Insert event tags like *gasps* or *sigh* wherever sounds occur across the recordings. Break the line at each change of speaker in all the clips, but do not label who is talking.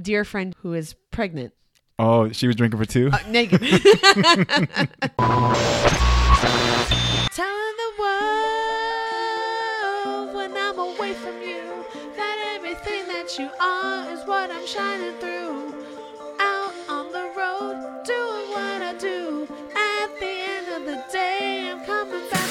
dear friend who is pregnant.
Oh, she was drinking for two.
Negative.
*laughs*
Telling the world when I'm away from you that everything that you are is what I'm shining through. Out on the road, doing what I do. At the end of the day, I'm coming back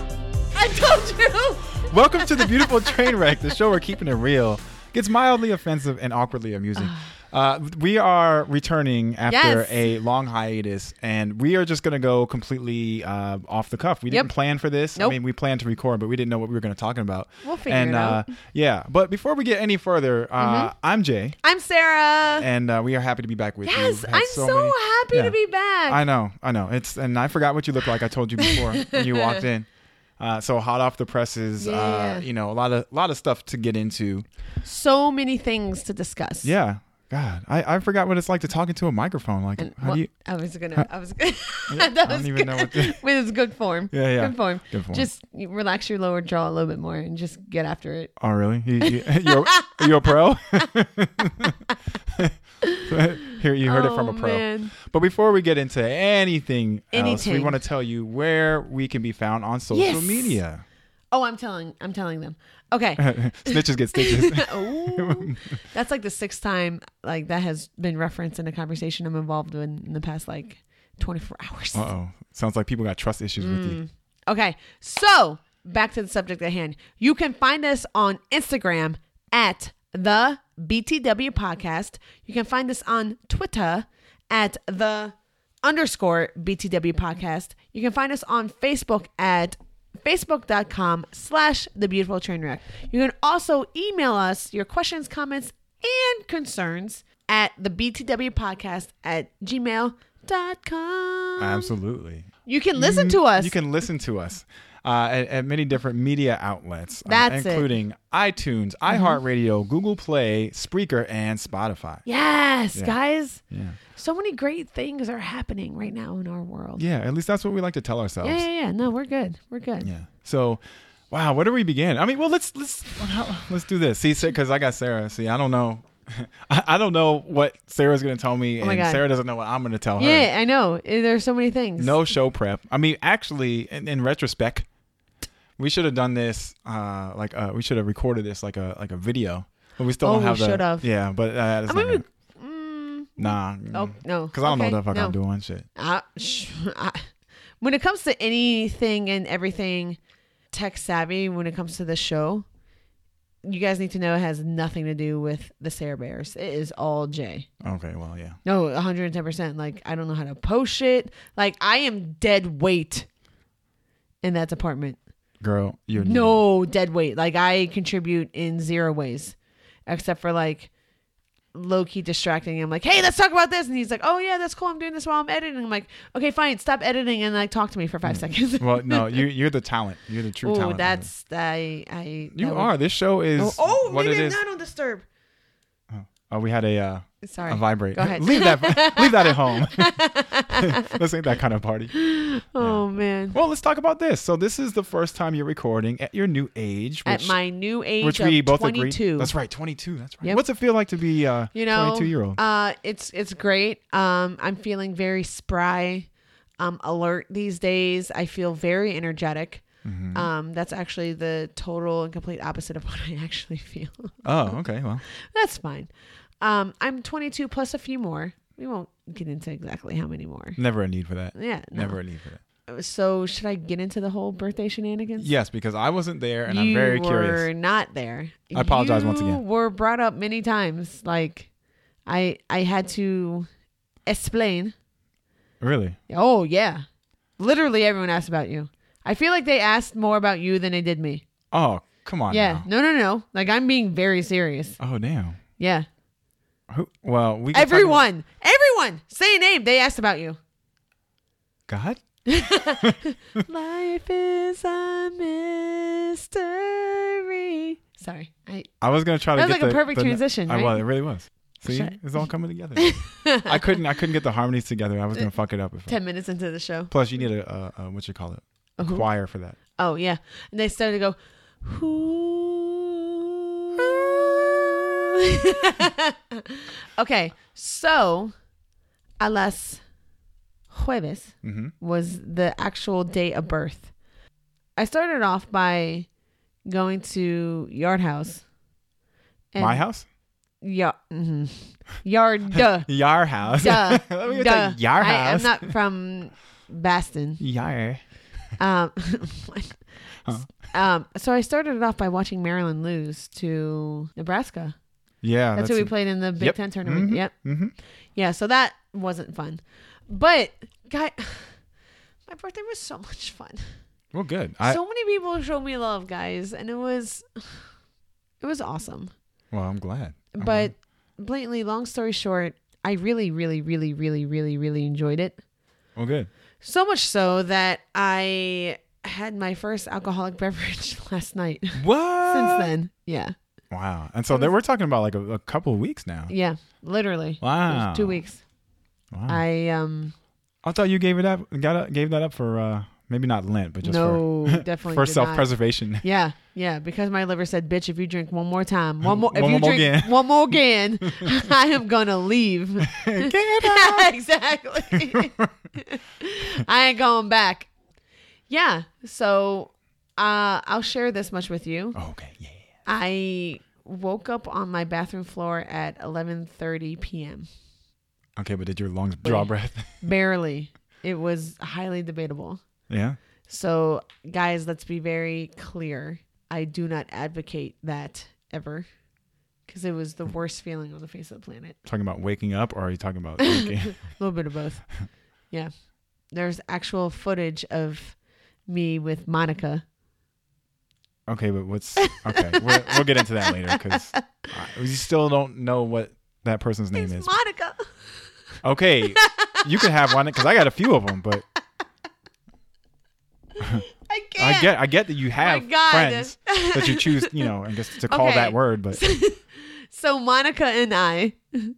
to you. I told you!
Welcome to the beautiful train wreck, the show we're keeping it real. Gets mildly offensive and awkwardly amusing. Uh, we are returning after
Ah. Yes.
a long hiatus, and we are just going to go completely uh, off the cuff. We didn't
Yep.
plan for this.
Nope.
I mean, we planned to record, but we didn't know what we were going to talk about.
We'll figure
and,
it out. Mm-hmm.
Uh, yeah, but before we get any further, uh, I'm Jay,
I'm Sarah!
and uh, we are happy to be back with you.
Yes,
We've had
I'm so,
many-
happy
Yeah.
to be back.
I know, I know. It's and I forgot what you looked like. I told you before when you walked in.
*laughs*
Uh, so hot off the presses,
Yeah.
uh, you know, a lot of lot of stuff to get into.
so many things to discuss.
Yeah, God, I, I forgot what it's like to talk into a microphone. Like,
And
how
well,
do you?
I was gonna. I was. gonna *laughs*
I
that
don't
was
even know what
good. *laughs*
to-
With good form.
Yeah, yeah.
Good form.
Good form.
Just relax your lower jaw a little bit more and just get after it.
Oh, really? You, you, *laughs* you're, you're a pro. *laughs* Here, you heard it from
Oh,
a pro.
man.
But before we get into anything, else, we
Anything.
want to tell you where we can be found on social
Yes.
media. *laughs*
Oh, I'm telling. I'm telling them. Okay. *laughs*
Snitches get stitches.
Ooh. That's like the sixth time like that has been referenced in a conversation I'm involved in in the past like 24 hours.
uh oh, sounds like people got trust issues with
Mm.
you.
Okay, so back to the subject at hand. You can find us on Instagram at the BTW podcast. You can find us on Twitter at the underscore BTW podcast. You can find us on Facebook at facebook.com slash the beautiful train wreck. You can also email us your questions, comments, and concerns at the BTW podcast at gmail.com.
Absolutely.
You can listen to us.
Uh, You can listen to us uh, at, at many different media outlets, uh,
That's it. Mm-hmm.
including iTunes, iHeartRadio, Google Play, Spreaker, and Spotify.
Yes,
Yeah.
guys.
Yeah.
So many great things are happening right now in our world.
Yeah, at least that's what we like to tell ourselves.
yeah, yeah, yeah. No, we're good. We're good.
Yeah. So, wow, where do we begin? I mean, well, *laughs* let's let's how- let's do this. See, because I got Sarah. See, I don't know. *laughs* I, I don't know what Sarah's going to tell me,
Oh my
and
God.
Sarah doesn't know what I'm going to tell her.
Yeah, I know. Eh, There's so many things.
No show prep. I mean, actually, in, in retrospect, we should have done this. Uh, like uh, we should have recorded this like a like a video, but we still
Oh,
don't
we
have the.
should have.
Yeah, but uh, that's
I
not
mean,
gonna-
we- mm,
nah.
oh no,
Because I don't
Okay,
know what the fuck
no.
I'm doing. Shit.
I, sh- *laughs* I- when it comes to anything and everything tech savvy, when it comes to this show, you guys need to know it has nothing to do with the Sarah Bears. It is all Jay.
Okay. Well, yeah.
No, 110%. Like, I don't know how to post shit. Like, I am dead weight in that department.
Girl, you're
No, dead weight. Like, I contribute in zero ways, except for like low key distracting him. Like, hey, let's talk about this. And he's like, oh, yeah, that's cool. I'm doing this while I'm editing. I'm like, okay, fine. Stop editing and like talk to me for five seconds. *laughs*
Mm. Well, no, you you're the talent. You're the true
Oh,
talent.
that's, I, I,
You
that would-
are. This show is
Oh, oh
what
maybe
it
I'm
is.
not on disturb.
oh, we had a uh,
Sorry.
a vibrate.
Go ahead.
*laughs* leave
*laughs*
that. leave that at home. *laughs* this ain't that kind of party.
Oh, man.
Well, let's talk about this. So this is the first time you're recording at your new age, which,
At my new age
which
of
we both
22.
agree. That's right, 22. That's right.
Yep.
What's it feel like to be uh, a
you know
22 year old?
uh it's it's great um i'm feeling very spry um alert these days i feel very energetic um that's actually the total and complete opposite of *laughs* what i actually feel
oh, okay. Well,
that's fine um i'm 22 plus a few more we won't get into exactly how many more
never a need for that.
yeah no.
Never a need for that.
so should i get into the whole birthday shenanigans
Yes, because I wasn't there, and I'm
you
very
were
curious.
not there.
I apologize once
You
again.
Were brought up many times. Like, I I had to explain.
Really?
Oh yeah, literally everyone asked about you. I feel like they asked more about you than they did me.
Oh, come on.
yeah,
now.
no, no, no. Like I'm being very serious.
Oh, damn.
Yeah,
Who? Well, we can talk about-
everyone, everyone, say a name. They asked about
*laughs*
you.
God.
Life is a mystery. Sorry, I
I was gonna try
That
to
was
get
like a
the-
perfect
the-
transition,
I
right?
was. It really was. See,
Shut-
it's all coming
*laughs*
together. I couldn't. I couldn't get the harmonies together. I was gonna fuck it up. If
*laughs*
I,
ten minutes into the show.
plus, you need a, a, a what you call it, a
who?
choir for that.
Oh yeah, and they started to go. Who? *laughs* Okay, so alas jueves
Mhm.
was the actual day of birth. I started off by going to Yard House. and-
My house?
Yeah. mhm. Yard. Duh.
Yar house.
Duh.
*laughs* Let me
duh.
say yar
I am
house.
not from Baston.
yar.
Um, *laughs*
Huh.
um, so I started it off by watching Maryland lose to Nebraska.
Yeah.
That's, who we played in the Big
Oh, Yep.
Ten tournament.
Mhm.
Yep.
hmm
Yeah. So that wasn't fun, but guy, *sighs* my birthday was so much fun.
Well, good. I,
so many people showed me love, guys, and it was, *sighs* it was awesome.
well, I'm glad. I'm
But blatantly, long story short, I really, really, really, really, really, really enjoyed it.
glad. well, good.
So much so that I had my first alcoholic *laughs* beverage last night. Since
What?
then, yeah,
Wow. And so then we're talking about like a, a couple of weeks now.
yeah, literally, It was
Wow.
two weeks.
Wow. I,
I um
thought you gave it up. Got up, gave that up for uh, maybe not Lent, but just
no,
for
*laughs* definitely
for
did
self
not. *laughs*
*laughs* preservation.
Yeah, yeah, because my liver said, "Bitch, if you drink one more time, one more, if
One
you
more
drink
again."
one more
*laughs*
again, *laughs* I am gonna leave." *laughs* exactly. *laughs* I ain't going back. Yeah, so uh, I'll share this much with you.
Oh, okay. Yeah.
I woke up on my bathroom floor at 11:30 p.m.
Okay, but did your lungs draw breath? *laughs*
Barely. It was highly debatable.
yeah.
So, guys, let's be very clear. I do not advocate that ever cuz it was the worst feeling on the face of the planet.
Talking about waking up, or are you talking
*laughs*
about? drinking?
A little bit of
*laughs*
both. Yeah. There's actual footage of me with Monica.
okay, but what's okay? We'll, we'll get into that later because we still don't know what that person's name
It's
is.
Monica.
Okay, you can have one because I got a few of them, but
I can't.
I get I get that you have
Oh God.
friends that you choose, you know, I guess to call
Okay.
that
*laughs*
word, but *laughs*
so Monica and I *laughs*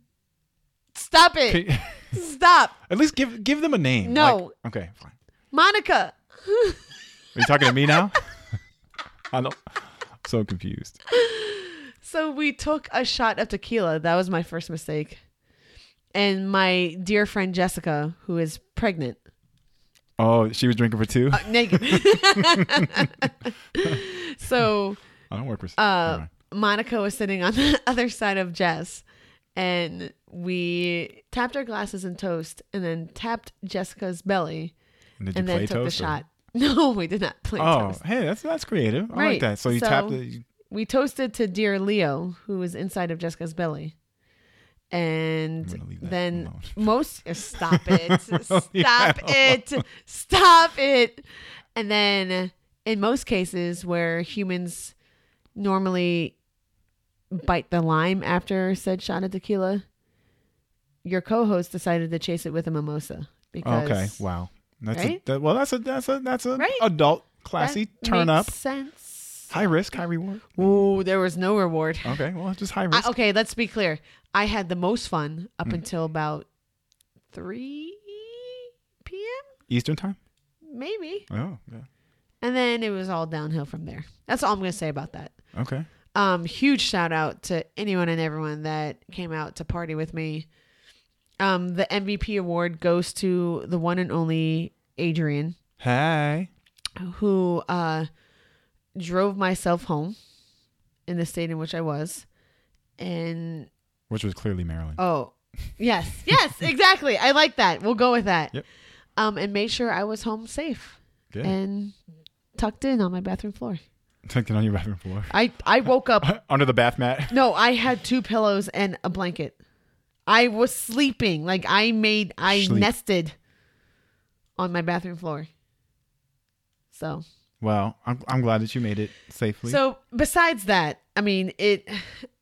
Stop it.
at
Stop.
least give give them a name.
No.
Like- okay, fine.
Monica.
Are you talking to me now? *laughs* I don't. So confused.
So we took a shot of tequila. That was my first mistake. And my dear friend Jessica, who is pregnant,
Oh, she was drinking for two.
uh, *laughs* naked. so
I don't work for.
uh, Monica was sitting on *laughs* the other side of Jess, and we tapped our glasses and toast, and then tapped Jessica's belly,
and did you
and
play
then took the
toast or-
shot. *laughs* No, we did not play
Oh,
toast.
hey, that's that's creative. I like
Right,
that. So you
so-
tapped the.
We toasted to dear Leo, who was inside of Jessica's belly. And
I'm gonna leave that
then
alone. *laughs*
most eh, stop it. stop
leave that
it. Stop it. And then in most cases where humans normally bite the lime after said shot of tequila, your co-host decided to chase it with a mimosa because
Okay. Wow. That's
Right?
a, that, well. That's a that's a that's a
Right?
adult
that
classy turn up.
makes Sense.
High risk, high reward.
Ooh, there was no reward.
Okay. Well, just high
I,
risk.
okay, let's be clear. I had the most fun up until about 3 p.m.
Eastern time.
maybe.
Oh. Yeah.
And then it was all downhill from there. That's all I'm going to say about that.
Okay.
Um huge shout out to anyone and everyone that came out to party with me. Um the MVP award goes to the one and only Adrian
Hey.
who uh drove myself home in the state in which I was and
Which was clearly Maryland.
Oh, yes, yes,
*laughs*
exactly. I like that. We'll go with that.
Yep.
Um, and made sure I was home safe
Good. *laughs*
and tucked in on my bathroom floor.
Tucked it on your bathroom floor. *laughs*
I I woke up.
Under the bath mat. *laughs*
no, I had two pillows and a blanket. I was sleeping. Like I made. I
Sleep.
nested on my bathroom floor. So
Well, I'm, I'm glad that you made it safely.
so besides that, I mean it.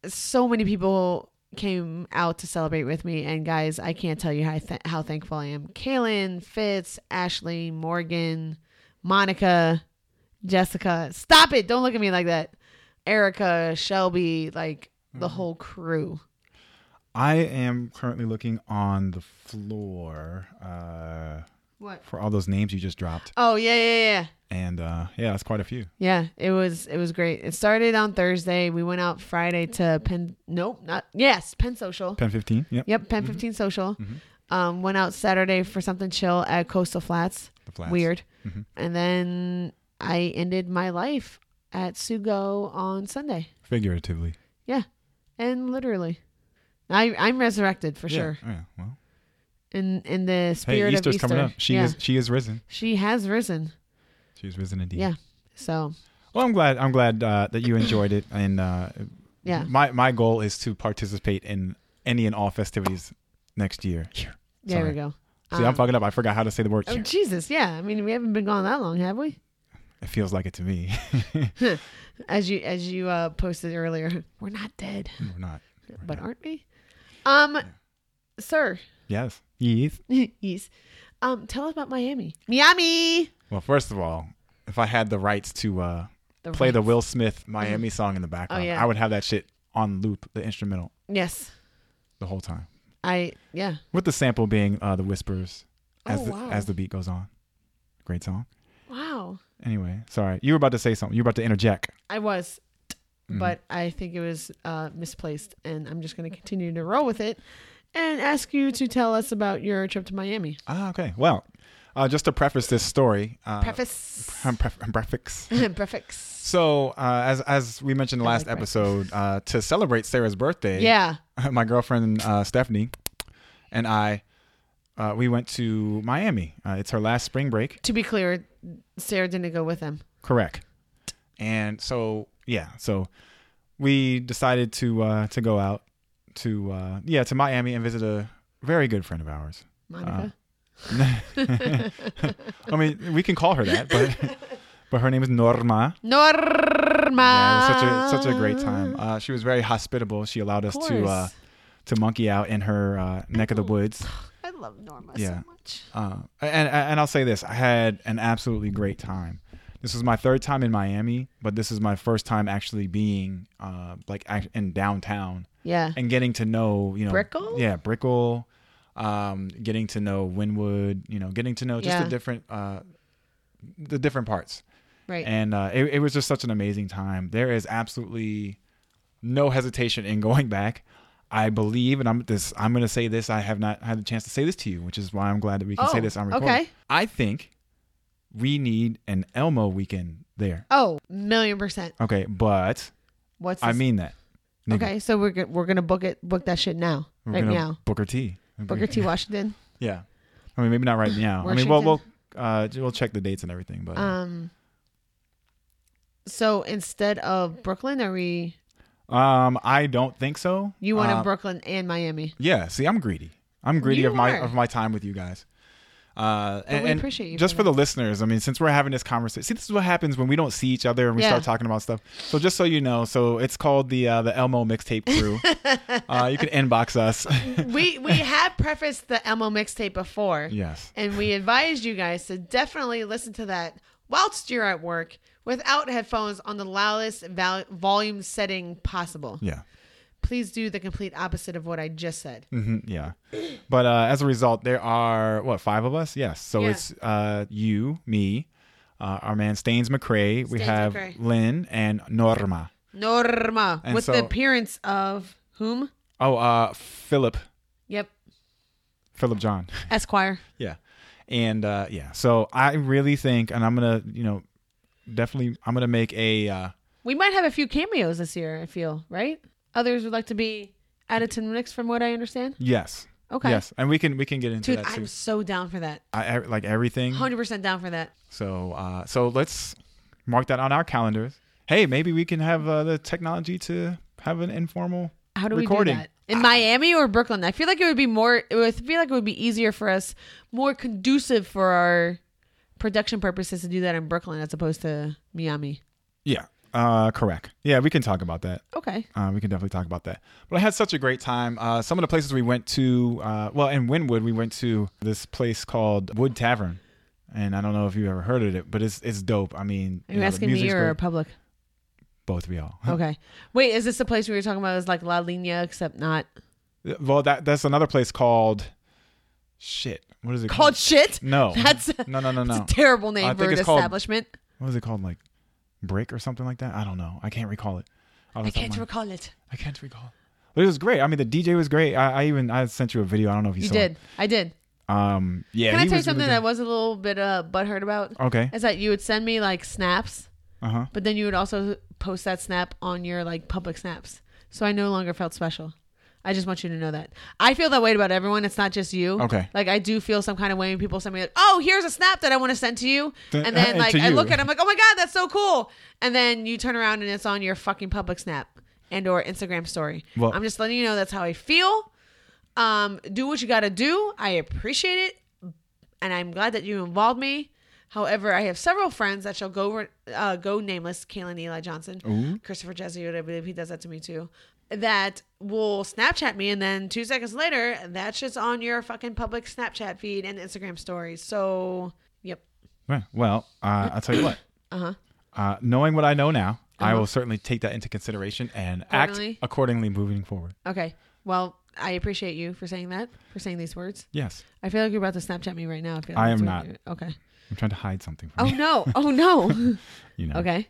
So many people came out to celebrate with me, and guys, I can't tell you how th- how thankful I am. Kaylin, Fitz, Ashley, Morgan, Monica, Jessica. Stop it! Don't look at me like that. Erica, Shelby, like the whole crew.
I am currently looking on the floor. Uh,
What?
for all those names you just dropped.
Oh yeah, yeah, yeah.
And uh, yeah, that's quite a few.
Yeah, it was it was great. It started on Thursday. We went out Friday to Penn. Nope, not yes, Penn Social.
Pen 15. Yep.
Yep, Penn 15 Social.
Mm-hmm.
Um, went out Saturday for something chill at Coastal Flats.
The flats. Mm-hmm.
Weird. And then I ended my life at Sugo on Sunday.
Figuratively.
Yeah, and literally, I I'm resurrected for sure.
Yeah. Oh, yeah. Well,
In in the
hey,
spirit
Easter's
of Easter.
coming up. She
yeah.
is she is risen.
She has risen.
She is risen indeed.
Yeah. So
Well, I'm glad I'm glad uh, that you enjoyed it and uh,
yeah.
my my goal is to participate in any and all festivities next year.
There
Sorry.
we go.
See, I'm
Um,
fucking up. I forgot how to say the word.
Oh Jesus, yeah. I mean, we haven't been gone that long, have we?
It feels like it to me. *laughs*
As you as you uh, posted earlier, *laughs* we're not dead,
We're not.
but aren't we? Um, sir,
Yes. Yes.
*laughs* yes. Um, tell us about Miami, Miami.
Well, first of all, if I had the rights to uh,
The
play
rights.
the
Mm-hmm. Oh,
Will Smith Miami song in the background,
yeah.
I would have that shit on loop, the instrumental,
Yes,
the whole time.
I yeah.
With the sample being uh, the Whispers as
Oh,
the,
wow.
as the beat goes on. Great song.
Wow,
Anyway, sorry. You were about to say something. You were about to interject.
I was,
Mm-hmm.
but I think it was uh, misplaced, and I'm just going to continue to roll with it, and ask you to tell us about your trip to Miami.
Ah, okay. Well, uh, just to preface this story, uh,
Preface.
um, pref- um, prefix.
*laughs* Prefix.
So, uh, as as we mentioned in the
I
last
like prefix.
episode, uh, to celebrate Sarah's birthday,
Yeah.
*laughs* my girlfriend uh, Stephanie and I, uh, we went to Miami. Uh, it's her last spring break.
To be clear, Sarah didn't go with them.
Correct. And so yeah, so we decided to uh, to go out to uh, yeah to Miami and visit a very good friend of ours.
Monica.
I mean, we can call her
*laughs*
that, but *laughs* but her name is Norma.
Norma.
Uh, Yeah, it was such a such a great time. Uh, she was very hospitable. She allowed us
Ah. Of
to uh,
course.
to monkey out in her uh, neck of the woods.
I love Norma
Yeah.
so much.
Uh, and and I'll say this: I had an absolutely great time. This was my third time in Miami, but this is my first time actually being uh, like act- in downtown
Yeah.
and getting to know you know
Brickell?
yeah Brickell, um, getting to know Wynwood, you know, getting to know just
Yeah.
the different uh, the different parts.
Right.
And uh, it, it was just such an amazing time. There is absolutely no hesitation in going back. I believe, and I'm this. I'm going to say this. I have not had the chance to say this to you, which is why I'm glad that we can say
Oh,
this on recording.
okay.
I think we need an Elmo weekend there.
oh, million percent.
Okay, but
What's
I
this-
mean that. nigga.
Okay, so we're go- we're gonna book it book that shit now.
We're
right
gonna
now.
Booker T.
Booker T. Washington.
*laughs* Yeah, I mean maybe not right now. I mean, well, we'll
Washington.
uh, we'll check the dates and everything, but
Um. So instead of Brooklyn, are we?
um, I don't think so.
You want
um,
a Brooklyn and Miami?
*laughs* Yeah, see, I'm greedy. I'm greedy
You
of my
are.
of my time with you guys. Uh, and,
we
and
appreciate you
just
for
for the listeners. I mean, since we're having this conversation, see, this is what happens when we don't see each other and we
Yeah.
start talking about stuff. So, just so you know, so it's called the uh, the Elmo mixtape
*laughs*
crew. uh, you can inbox us. *laughs*
we we had prefaced the Elmo mixtape before.
yes,
and we advised you guys to definitely listen to that whilst you're at work without headphones on the loudest val- volume setting possible.
yeah,
Please do the complete opposite of what I just said.
hmm yeah. But uh, as a result, there are what five of us? Yes. So
Yeah.
it's uh, you, me, uh, our man Staines McRae. we
Staines
have
McRae.
Lynn and Norma.
Norma,
And
with the
so-
appearance of whom?
Oh, uh, Philip,
Yep,
Philip John.
Esquire.
Yeah. And uh yeah, so I really think and I'm going to, you know, definitely I'm going to make a uh
We might have a few cameos this year. I feel right. Others would like to be added to the mix, from what I understand.
yes.
Okay,
Yes, and we can we can get into
dude,
that too.
I'm so down for that.
I, I like everything.
Hundred percent down for that.
So uh so let's mark that on our calendars. Hey, maybe we can have uh, the technology to have an informal
How do
recording.
we do that? In Miami or Brooklyn? I feel like it would be more it would I feel like it would be easier for us, more conducive for our production purposes to do that in Brooklyn as opposed to Miami.
Yeah. Uh correct. Yeah, we can talk about that.
Okay.
Uh, we can definitely talk about that. But I had such a great time. Uh, some of the places we went to, uh, well, in Wynwood, we went to this place called Wood Tavern. And I don't know if you ever heard of it, but it's it's dope. I mean,
Are you
you know, the
asking me
music's
or
great.
public?
both of y'all?
Okay. Wait, is this the place we were talking about is like La Lina except not
well, that that's another place called shit. What is it
Called
called?
shit?
No.
*laughs* That's
no no no
It's a
no.
terrible
I
name for
think
an
it's called-
establishment.
what was it called? Like break or something like that. I don't know. I can't recall it.
I
Off the top of
can't
my-
recall it.
I can't recall. But it was great. I mean, the DJ was great. I, I even I sent you a video. I don't know if you,
You
saw
did.
It.
I did.
Um, yeah.
Can I
he
tell you
was really
something
good. Oh.
I was a little bit uh, butthurt about?
Okay.
Is that you would send me like snaps,
Uh huh.
but then you would also post that snap on your like public snaps. So I no longer felt special. I just want you to know that. I feel that way about everyone. It's not just you.
Okay.
Like I do feel some kind of way when people send me like, "Oh, here's a snap that I want to send to you,"
Th- uh,
and then
and
like
to
I
you.
look at, it, I'm like, "Oh my god, that's so cool!" And then you turn around and it's on your fucking public snap and or Instagram story.
Well-
I'm just letting you know that's how I feel. Um, do what you got to do. I appreciate it, and I'm glad that you involved me. However, I have several friends that shall go over- uh, go nameless. Kaylin Eli Johnson,
Ooh.
Christopher Jesuit, I believe he does that to me too. That will Snapchat me, and then two seconds later, that shit's on your fucking public Snapchat feed and Instagram stories. So, yep,
Right. Well, uh, I'll tell you what.
*coughs* Uh-huh.
Uh, Knowing what I know now, I will certainly take that into consideration and
Accordingly?
act accordingly moving forward.
okay. Well, I appreciate you for saying that, for saying these words.
Yes.
I feel like you're about to Snapchat me right now. I, feel like
I
that's
am
what
not.
you- Okay.
I'm trying to hide something from
Oh
you.
no! Oh
*laughs*
no!
You know.
okay.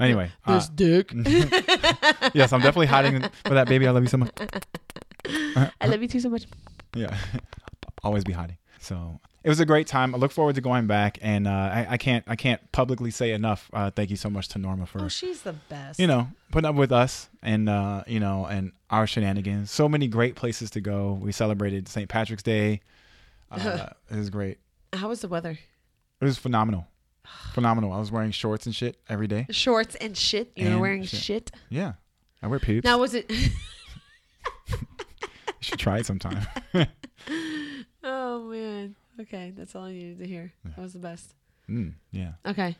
Anyway. Uh, *laughs*
dick.
yes, I'm definitely hiding for that baby. I love you so much.
I love you too so much.
Yeah. *laughs* Always be hiding. So it was a great time. I look forward to going back, and uh, I, I can't I can't publicly say enough. Uh, thank you so much to Norma for
Oh, she's the best.
you know putting up with us and uh, you know and our shenanigans. So many great places to go. We celebrated St. Patrick's Day.
*laughs*
Uh, it was great.
How was the weather?
It was phenomenal. Phenomenal. I was wearing shorts and shit every day.
*laughs* Shorts and shit. You were
And
wearing shit.
shit. Yeah, I wear pubes.
Now was it? *laughs*
You should try it sometime.
*laughs*
*laughs*
oh man. Okay, that's all I needed to hear. That was the best.
Mm, yeah.
Okay.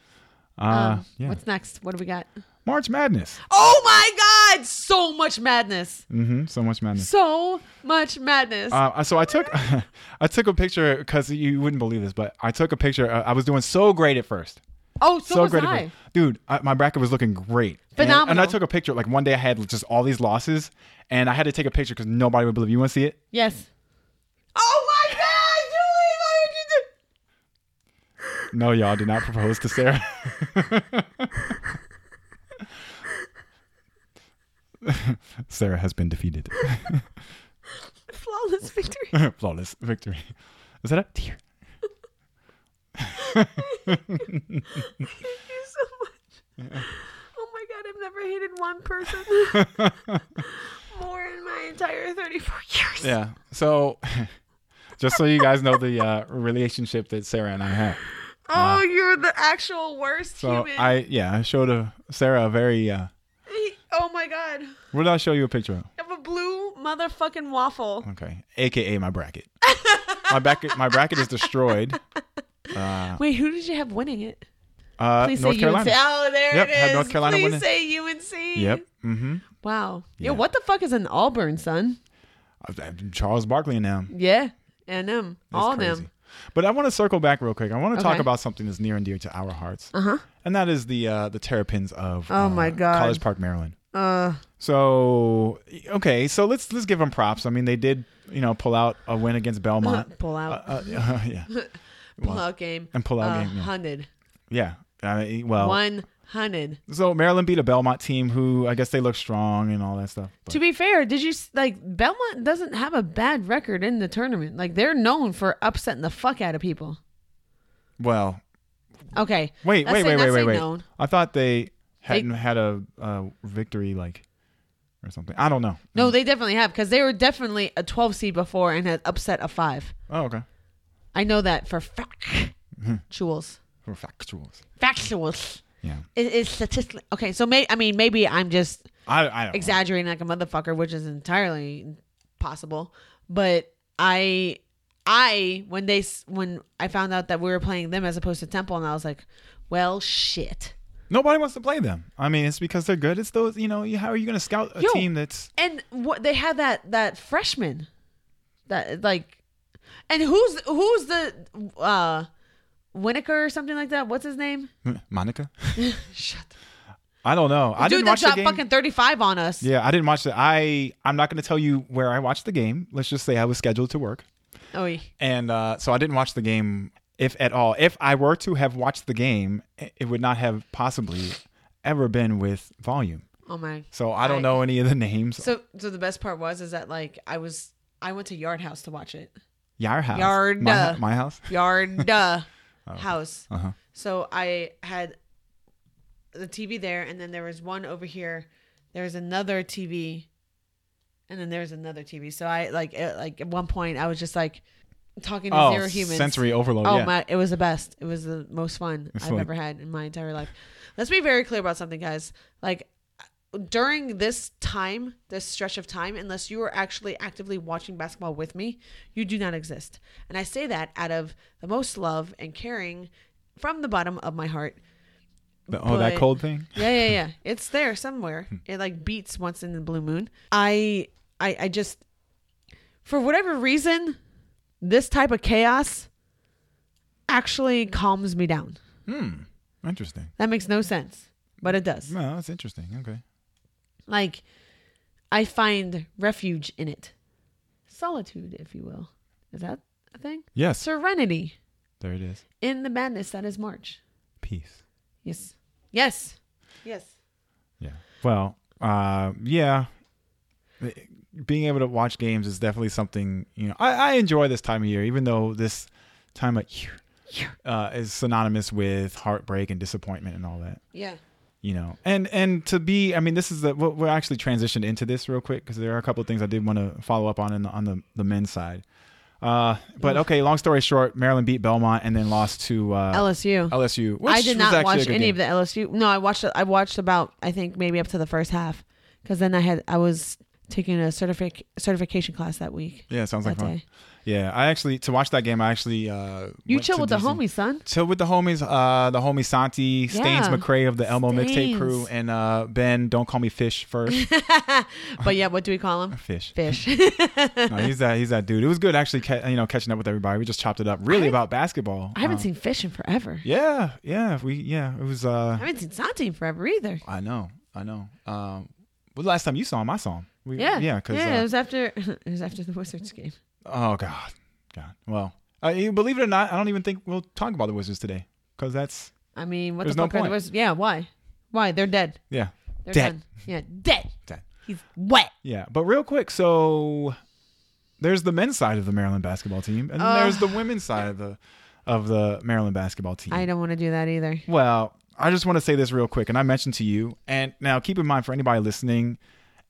Uh,
Um,
yeah.
What's next? What do we got?
March Madness.
Oh my God! So much madness.
hmm So much
*laughs*
madness.
So much madness.
Uh, so I took *laughs* I took a picture because you wouldn't believe this, but I took a picture. Uh, I was doing so great at first,
oh, so,
so
was
great, at
I.
first. dude. I, my bracket was looking great, And- And,
Phenomenal.
I took a picture. Like one day, I had just all these losses, and I had to take a picture because nobody would believe. You want to see it?
Yes. Oh my God, Julie! Why would you do?
No, y'all did not propose to Sarah. *laughs* Sarah has been defeated.
*laughs*
*laughs*
Flawless victory.
Flawless victory. Is that a tear?
Thank you so much. Oh my god, I've never hated one
*laughs*
person more in my entire 34 years.
Yeah. So, *laughs* just so you guys know the uh, relationship that Sarah and I have.
Oh, you're the actual worst
Uh, So
human.
I yeah, I showed a, Sarah a very. Uh,
oh my god.
what did I show you a picture
I have a blue motherfucking waffle.
of? Okay, AKA my bracket. *laughs* my bracket, my bracket is destroyed.
Wait, who did you have winning it?
Uh,
Please
North
say
Carolina.
UNC. Oh, there
Yep,
it
had
is.
North Carolina
Please
winning.
say UNC.
Yep. Mm-hmm.
Wow. Yeah.
Yeah.
what the fuck is an Auburn, son?
Charles Barkley and them.
Yeah. And them.
That's
All
crazy.
them.
But I want to circle back real quick. I want to
Okay.
talk about something that's near and dear to our hearts,
Uh-huh.
and that is the uh, the Terrapins of
Oh
uh,
my God.
College Park, Maryland.
Uh,
So okay, so let's let's give them props. I mean, they did you know pull out a win
*laughs*
against Belmont.
pull out.
uh, *laughs* yeah,
pull out game. Oh.
and pull out game. Yeah,
100.
yeah. I mean, well,
100.
So Maryland beat a Belmont team who I guess they look strong and all that stuff. but-
To be fair, did you s- like Belmont doesn't have a bad record in the tournament. Like they're known for upsetting the fuck out of people.
well,
Okay.
wait,
That's
wait,
saying- that's
wait, wait, wait,
saying
wait.
known.
I thought they hadn't had a, uh victory like or something. I don't know.
No, they definitely have because they were definitely a 12 seed before and had upset a five.
Oh, okay.
I know that for Hmm. factuals.
For factuals.
Factuals.
Yeah.
It is statistically okay. So may I mean maybe I'm just
I, I don't know.
exaggerating like a motherfucker, which is entirely possible. But I, I when they s- when I found out that we were playing them as opposed to Temple, and I was like, well, shit.
Nobody wants to play them. I mean, it's because they're good. It's those. You know, you, how are you going to scout a
Yo.
team that's *laughs*
And what they had that that freshman, that like, and who's who's the uh, Winokur or something like that? What's his name?
Monica?
Shut. up.
I don't know. I
Dude,
didn't
that
watch the
shot
game.
fucking thirty five on us.
yeah, I didn't watch the. I I'm not going to tell you where I watched the game. Let's just say I was scheduled to work.
Oy.
And uh, so I didn't watch the game, if at all. If I were to have watched the game, i- it would not have possibly ever been with volume.
Oh my.
So I don't
I-
know any of the names.
So so the best part was is that like I was I went to Yard House to watch it.
Yard house.
Yard,
My,
uh,
my house. *laughs*
Yard uh, House.
Uh-huh.
So I had the TV there, and then there was one over here. There was another TV, and then there was another TV. So I like at, like at one point I was just like talking to
Oh,
zero humans.
sensory overload.
Oh
yeah.
my! It was the best. It was the most fun
It's
I've
like-
ever had in my entire life. Let's be very clear about something, guys. Like during this time, this stretch of time, unless you are actually actively watching basketball with me, you do not exist. And I say that out of the most love and caring from the bottom of my heart.
The- oh, that
but-
cold thing.
Yeah, yeah, yeah. it's there somewhere. It like beats once in the blue moon. I, I, I just, for whatever reason, this type of chaos actually calms me down.
Hmm. Interesting.
That makes no sense, but it does.
No, that's interesting. Okay.
Like, I find refuge in it, solitude, if you will. Is that a thing?
Yes.
Serenity
There it is.
in the madness that is March.
Peace.
Yes. Yes. Yes.
Yeah. Well, uh, yeah. Being able to watch games is definitely something you know. I, I enjoy this time of year, even though this time of year uh, is synonymous with heartbreak and disappointment and all that.
Yeah.
You know, and and to be, I mean, this is the we'll, we'll actually transition into this real quick because there are a couple of things I did want to follow up on in the, on the the men's side. Uh, but okay, long story short, Maryland beat Belmont and then lost to uh,
LSU.
LSU. Which
I did
was
not
actually a
watch
good
any
game.
of the LSU. No, I watched. I watched about I think maybe up to the first half, because then I had I was taking a certific certification class that week.
Yeah, sounds
That
like fun.
day,
Yeah, I actually to watch that game. I actually uh,
you
went
chill
to
with the
DC.
homies,
*laughs*
son.
Chill with the homies. Uh, the homie Santi Stains
Yeah.
McCray of the Elmo mixtape
Stains.
crew and uh, Ben. Don't call me
*laughs*
Fish first.
*laughs* But yeah, what do we call them?
Fish. *laughs*
Fish.
No, he's that. He's that dude. It was good actually. Ca- you know, catching up with everybody. We just chopped it up. Really about basketball.
I haven't
Um,
seen fish in forever.
Yeah, yeah. We yeah. It was. Uh,
I haven't seen Santi in forever either.
I know. I know. Um, well, the last time you saw him, I saw him. We,
Yeah,
Yeah. Cause
yeah,
uh,
it was after *laughs* it was after the Wizards game.
Oh God, God. Well, uh, you- believe it or not, I don't even think we'll talk about the Wizards today because that's
I mean, what
There's
the
no
fuck are the
point.
Wizards? Yeah, why? Why they're dead?
yeah,
They're
Dead.
done. Yeah, dead.
Dead.
He's wet.
yeah. But real quick, so there's the men's side of the Maryland basketball team, and then
Ugh.
there's the women's side of the of the Maryland basketball team.
I don't want to do that either.
Well, I just want to say this real quick, and I mentioned to you, and now keep in mind for anybody listening,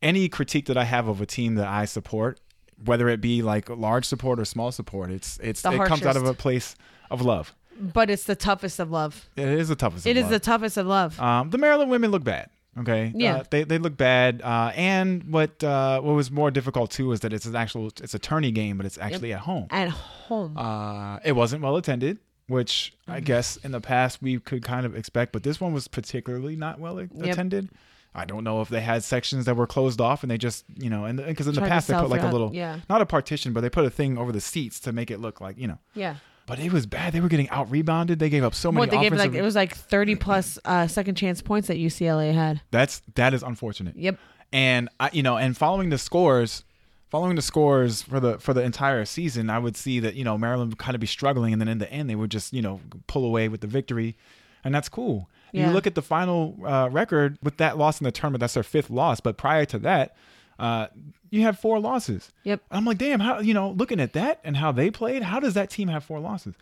any critique that I have of a team that I support, whether it be like large support or small support, it's it's
The
it comes out of a
harshest.
place of love.
But it's the toughest of love.
It is the toughest.
It
of
is
love.
the toughest of love.
Um, the Maryland women look bad. Okay.
Yeah.
Uh, they they look bad. Uh, and what uh, what was more difficult too is that it's an actual it's a tourney game, but it's actually at home.
at home.
Uh, it wasn't well attended, which
Mm-hmm.
I guess in the past we could kind of expect, but this one was particularly not well attended. I don't know if they had sections that were closed off and they just you know and because in the
Tried to
past they
sell
put like
for
a
that.
little
Yeah.
not a partition but they put a thing over the seats to make it look like you know.
yeah.
But it was bad. They were getting out rebounded. They gave up so many.
What they gave
offensive-
like it was like thirty plus uh, second chance points that UCLA had.
That's that is unfortunate.
Yep.
and I, you know, and following the scores, following the scores for the for the entire season, I would see that you know Maryland would kind of be struggling, and then in the end they would just you know pull away with the victory, and that's cool.
Yeah.
You look at the final uh, record with that loss in the tournament. That's their fifth loss, but prior to that, uh, you had four losses.
Yep.
I'm like, damn, how you know, looking at that and how they played, how does that team have four losses?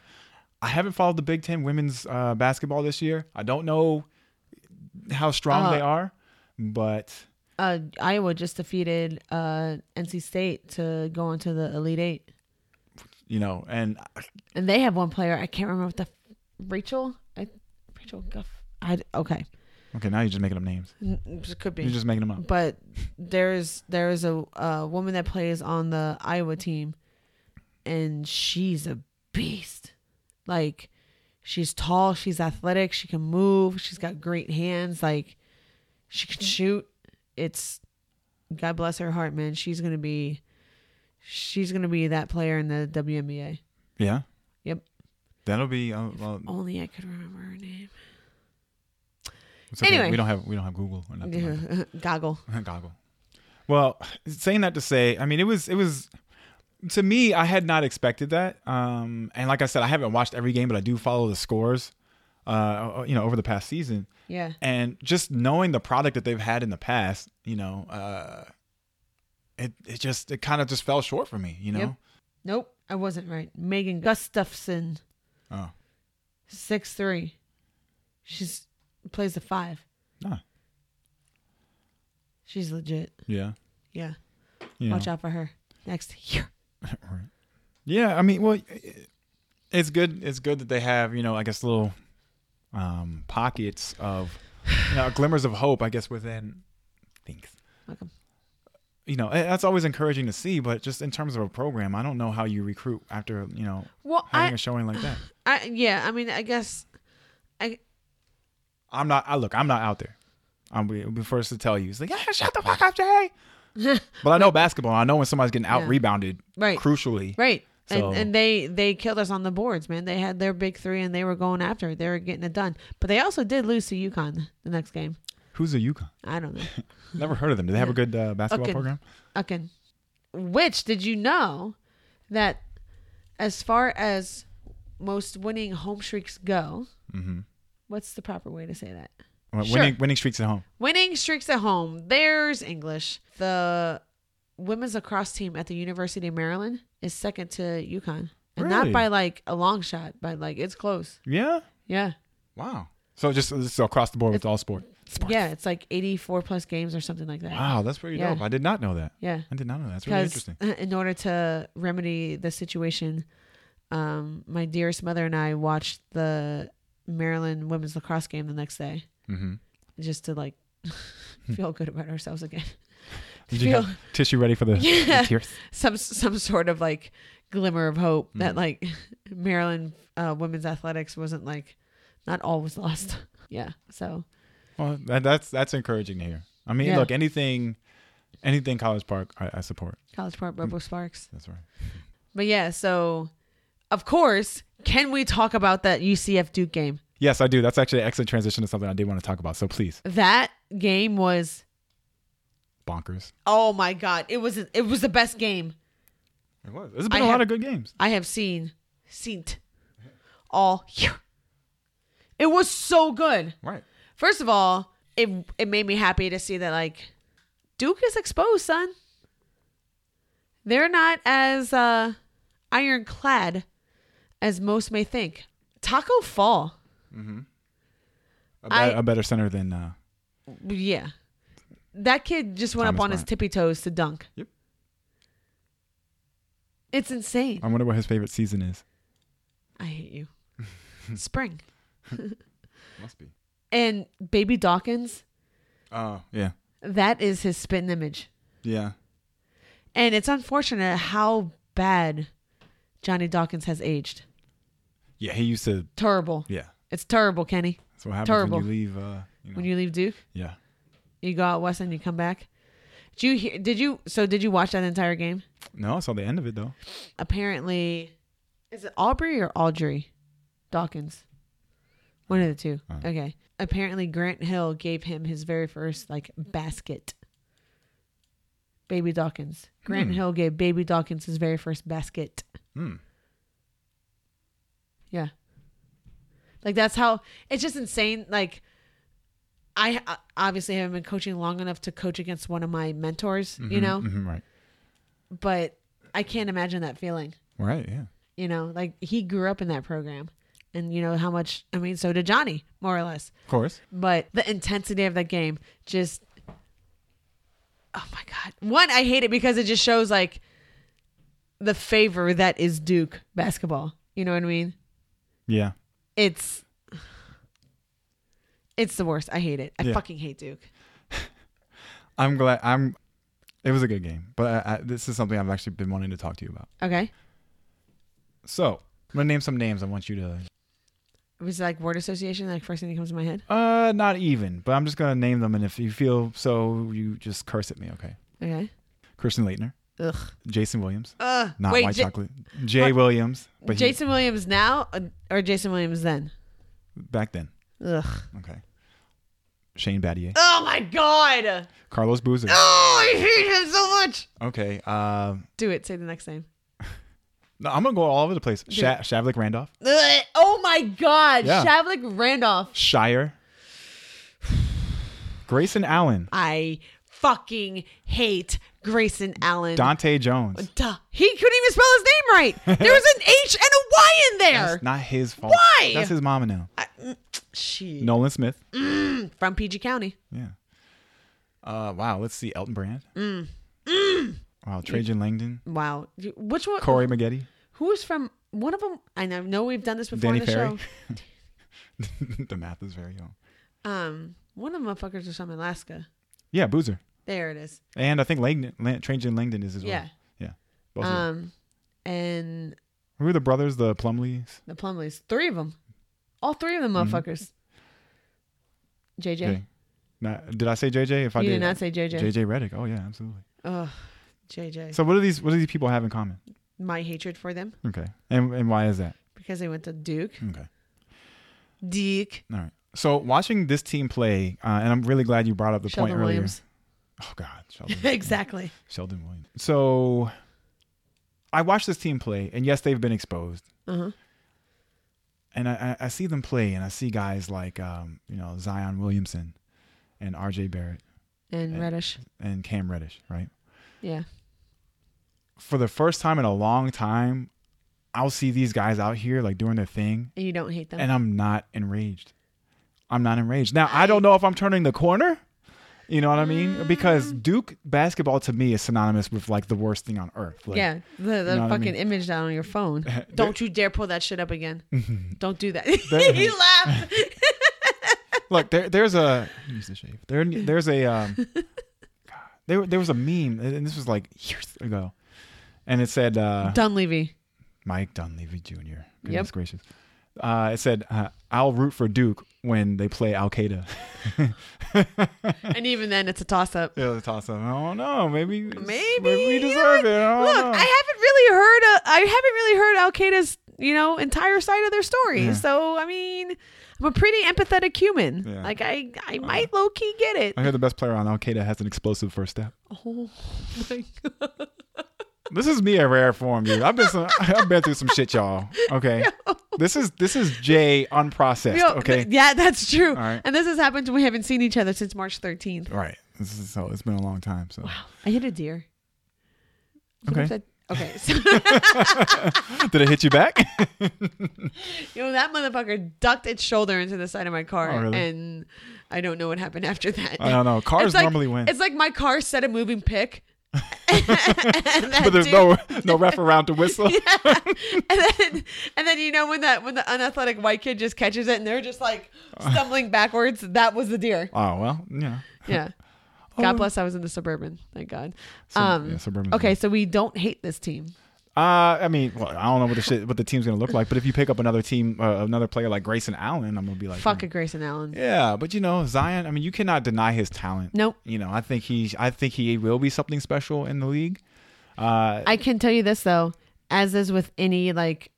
I haven't followed the Big Ten women's uh, basketball this year. I don't know how strong
Uh,
they are, but
Uh, Iowa just defeated uh, NC State to go into the Elite Eight,
you know, and
and they have one player I can't remember what the f- Rachel I, Rachel Guff. I okay
okay, now you're just making up names.
N- it could
You're
be,
just making them up.
but there's there is a, a woman that plays on the Iowa team, and she's a beast. Like she's tall, she's athletic, she can move, she's got great hands, like she can shoot. It's God bless her heart, man. She's gonna be she's gonna be that player in the WNBA.
Yeah.
Yep.
That'll be. Uh, well,
Only I could remember her name.
it's okay.
Anyway.
we don't have we don't have Google or nothing. like
*laughs* Goggle.
*laughs* that. Goggle. Well, saying that to say, I mean, it was it was to me, I had not expected that. Um, and like I said, I haven't watched every game, but I do follow the scores. Uh, you know, over the past season,
Yeah.
and just knowing the product that they've had in the past, you know, uh, it it just it kind of just fell short for me. You know,
Yep. Nope, I wasn't right. Megan Gustafson,
oh
six three. She's plays the five.
no,
She's legit.
yeah,
Yeah.
you
Watch
know.
out for her. Next year.
Right. Yeah, I mean, well, it- it's good. It's good that they have, you know, I guess little um, pockets of you know, glimmers of hope, I guess, within things.
Welcome.
You know, eh, that's always encouraging to see. But just in terms of a program, I don't know how you recruit after you know
Well,
having a
I,
showing like that.
I, yeah, I mean, I guess, I,
I'm not. I look. I'm not out there. I'm be, be first to tell you. It's like, yeah, shut the fuck
*laughs*
up, Jay. but I know basketball. I know when somebody's getting out rebounded,
Right.
Crucially,
right.
So-
And, and they they killed us on the boards, man. They had their big three and they were going after it. They were getting it done. But they also did lose to UConn the next game.
Who's
*laughs*
a UConn?
I
*laughs*
don't know.
Never heard of them. Do they have a good uh, basketball
Okay.
program?
Okay. Which did you know that as far as most winning home streaks go,
Mm-hmm.
what's the proper way to say that?
Well,
Sure.
Winning winning streaks at home.
Winning streaks at home. There's English. The women's lacrosse team at the University of Maryland is second to UConn. And not
Really?
by like a long shot, but like it's close.
Yeah.
Yeah.
Wow. So just so across the board with all sport. sports.
Yeah, it's like 84 plus games or something like that.
Wow, that's pretty
Yeah.
dope. I did not know that.
Yeah.
I did not know that. That's really
Because *laughs*
interesting.
in order to remedy the situation, um, my dearest mother and I watched the Maryland women's lacrosse game the next day
Mm-hmm.
just to like *laughs*
Hmm.
feel good about ourselves again.
Did you have
Feel-
tissue ready for
*laughs*
the,
Yeah.
the tears?
some some sort of like glimmer of hope that like *laughs* Maryland uh, women's athletics wasn't like not all was lost. *laughs* yeah. So
Well, that, that's that's encouraging to hear. I mean,
Yeah.
look, anything, anything College Park, I, I support.
College Park Rebel Sparks.
That's right.
But yeah, so of course, can we talk about that UCF Duke game?
Yes, I do. That's actually an excellent transition to something I did want to talk about. So please,
That game was
bonkers.
oh my god, it was it was the best game
It was. There's been
I
a
have-
lot of good games.
I have seen seen t- all year. It was so good.
Right.
First of all, it it made me happy to see that like Duke is exposed, son. They're not as uh ironclad as most may think. Taco Fall.
A, be-
I-
a better center than. Uh,
Yeah. That kid just went up
Thomas
on his
Bryant.
tippy toes to dunk.
Yep.
It's insane.
I wonder what his favorite season is.
I hate you. *laughs* Spring.
Must be.
And baby Dawkins,
Oh yeah,
that is his spitting image.
yeah.
And it's unfortunate how bad Johnny Dawkins has aged.
Yeah, he used to.
Terrible.
Yeah,
It's terrible, Kenny.
that's what happens
Terrible.
when you leave. Uh, you know.
When you leave Duke,
yeah,
you go out west and you come back. Did you hear? Did you? So did you watch that entire game?
no, I saw the end of it though.
Apparently, is it Aubrey or Audrey Dawkins? One of the two.
Uh.
Okay. Apparently, Grant Hill gave him his very first like basket. Baby Dawkins. Grant
Hmm.
Hill gave Baby Dawkins his very first basket.
Hmm.
Yeah. Like that's how it's just insane. Like I uh, obviously haven't been coaching long enough to coach against one of my mentors, you
Mhm,
know,
mhm, right,
but I can't imagine that feeling,
right, yeah,
you know, like he grew up in that program and you know how much, I mean, so did Johnny more or less,
of course.
but the intensity of that game just, oh my God. One, I hate it because it just shows like the favor that is Duke basketball. You know what I mean?
Yeah,
it's it's the worst. I hate it. I
Yeah.
fucking hate Duke.
I'm glad. I'm. It was a good game, but I, I, this is something I've actually been wanting to talk to you about.
Okay.
So I'm gonna name some names. I want you to.
It was like word association, like first thing that comes to my head.
Uh, not even, but I'm just gonna name them, and if you feel so, you just curse at me, okay?
Okay.
Christian Leitner,
Ugh.
Jason Williams,
Ugh.
not
Wait,
white
Ja-
chocolate, Jay Williams, but he-
Jason Williams now uh, or Jason Williams then?
back then,
Ugh.
okay. Shane Battier,
Oh my god.
Carlos Boozer.
Oh, I hate him so much.
Okay. Um,
Do it. Say the next name.
No, I'm gonna go all over the place. Sha- Shavlik Randolph,
Ugh, oh my God.
Yeah.
Shavlik Randolph.
Shire, Grayson Allen,
I fucking hate Grayson Allen.
Dante Jones.
Duh. He couldn't even spell his name right. There was
*laughs*
an H and a Y in there.
That's not his fault.
Why? Mm.
That's his mama now.
she
Nolan Smith.
from PG County.
Yeah. Uh, wow. Let's see. Elton Brand.
Mm.
Wow. Trajan Langdon.
Wow. You- Which one?
Corey Maggette. *laughs*
Who's from one of them? I know, know we've done this before
Danny
on the
Ferry. the math is very young.
show. Um, one of the motherfuckers was from Alaska.
Yeah, Boozer.
There it is.
And I think Langdon, Lang, Trajan Langdon is as well.
Yeah.
Yeah. Both of them.
Um, and
Who are the brothers? The Plumleys?
the Plumleys. Three of them. All three of them
Mm-hmm.
motherfuckers. JJ.
Okay. Not, did I say JJ? If I
You
did,
did not say JJ.
JJ Reddick. Oh yeah, absolutely.
Ugh. JJ.
So what do these what do these people have in common?
My hatred for them
Okay. And and why is that?
because they went to Duke.
Okay.
Duke.
All right. So watching this team play, uh, and I'm really glad you brought up the
Sheldon
point earlier. *laughs*
Williams. *laughs*
Oh God, Sheldon.
exactly.
Sheldon Williams. So I watched this team play, and yes, they've been exposed.
Uh-huh.
And I, I I see them play, and I see guys like um, you know Zion Williamson and R.J. Barrett
And Reddish.
and Cam Reddish, right?
Yeah.
For the first time in a long time, I'll see these guys out here like doing their thing,
And you don't hate them.
and I'm not enraged. I'm not enraged. Now I don't know if I'm turning the corner. You know what I mean? Because
Mm.
Duke basketball to me is synonymous with like the worst thing on earth. Like,
yeah. The, the
know what I
fucking
mean?
image down on your
*laughs*
phone. don't you dare pull that shit up again. don't do that. *laughs* he
*laughs*
laughed.
Look, there, there's a I used to shave. There, there's a um,
*laughs*
God, there, there was a meme, and this was like years ago, and it said uh,
Dunleavy.
Mike Dunleavy Jr. Goodness
Yep.
gracious, uh, it said uh, I'll root for Duke when they play Al Qaeda.
And even then, it's a toss up.
Yeah, the toss up. I don't know. Maybe it's-
Maybe,
we
you
deserve
know,
it. I don't
Look,
know.
I haven't really heard. A, I haven't really heard Al Qaeda's you know entire side of their story. So I mean, I'm a pretty empathetic human.
Yeah.
Like I, I might low key get it.
I hear the best player on Al Qaeda has an explosive first step.
oh my god.
This is me in rare form, dude. I've been some, I've been through some shit, y'all. Okay,
*laughs*
this is this is Jay unprocessed.
Yo,
okay,
th- yeah, that's true.
right.
And this has happened. We haven't seen each other since March 13th.
All right. This is so it's been a long time. So
I hit a deer. What
Okay.
if that- Okay. *laughs* So,
*laughs* did it hit
*laughs*
you back?
you know that motherfucker ducked its shoulder into the side of my car,
Oh, really?
and I don't know what happened after that.
I don't know. Cars
It's like-
normally win,
It's like my car set a moving
*laughs*
pick. *laughs* but
but there's no no ref around to whistle.
*laughs* and then and then you know when that when the unathletic white kid just catches it and they're just like stumbling backwards that was the
*laughs*
deer
Oh well, yeah.
yeah god bless i was in the suburban thank god
Oh. Sub-
um
yeah, suburban's
okay so we don't hate this team
Uh, I mean, well, I don't know what the shit, what the team's gonna look like. But if you pick up another team, uh, another player like Grayson Allen, I'm gonna be like,
fuck
hmm.
a grayson allen
Yeah, but you know Zion. I mean, you cannot deny his talent.
Nope.
You know, I think he, I think he will be something special in the league. Uh,
I can tell you this though, as is with any like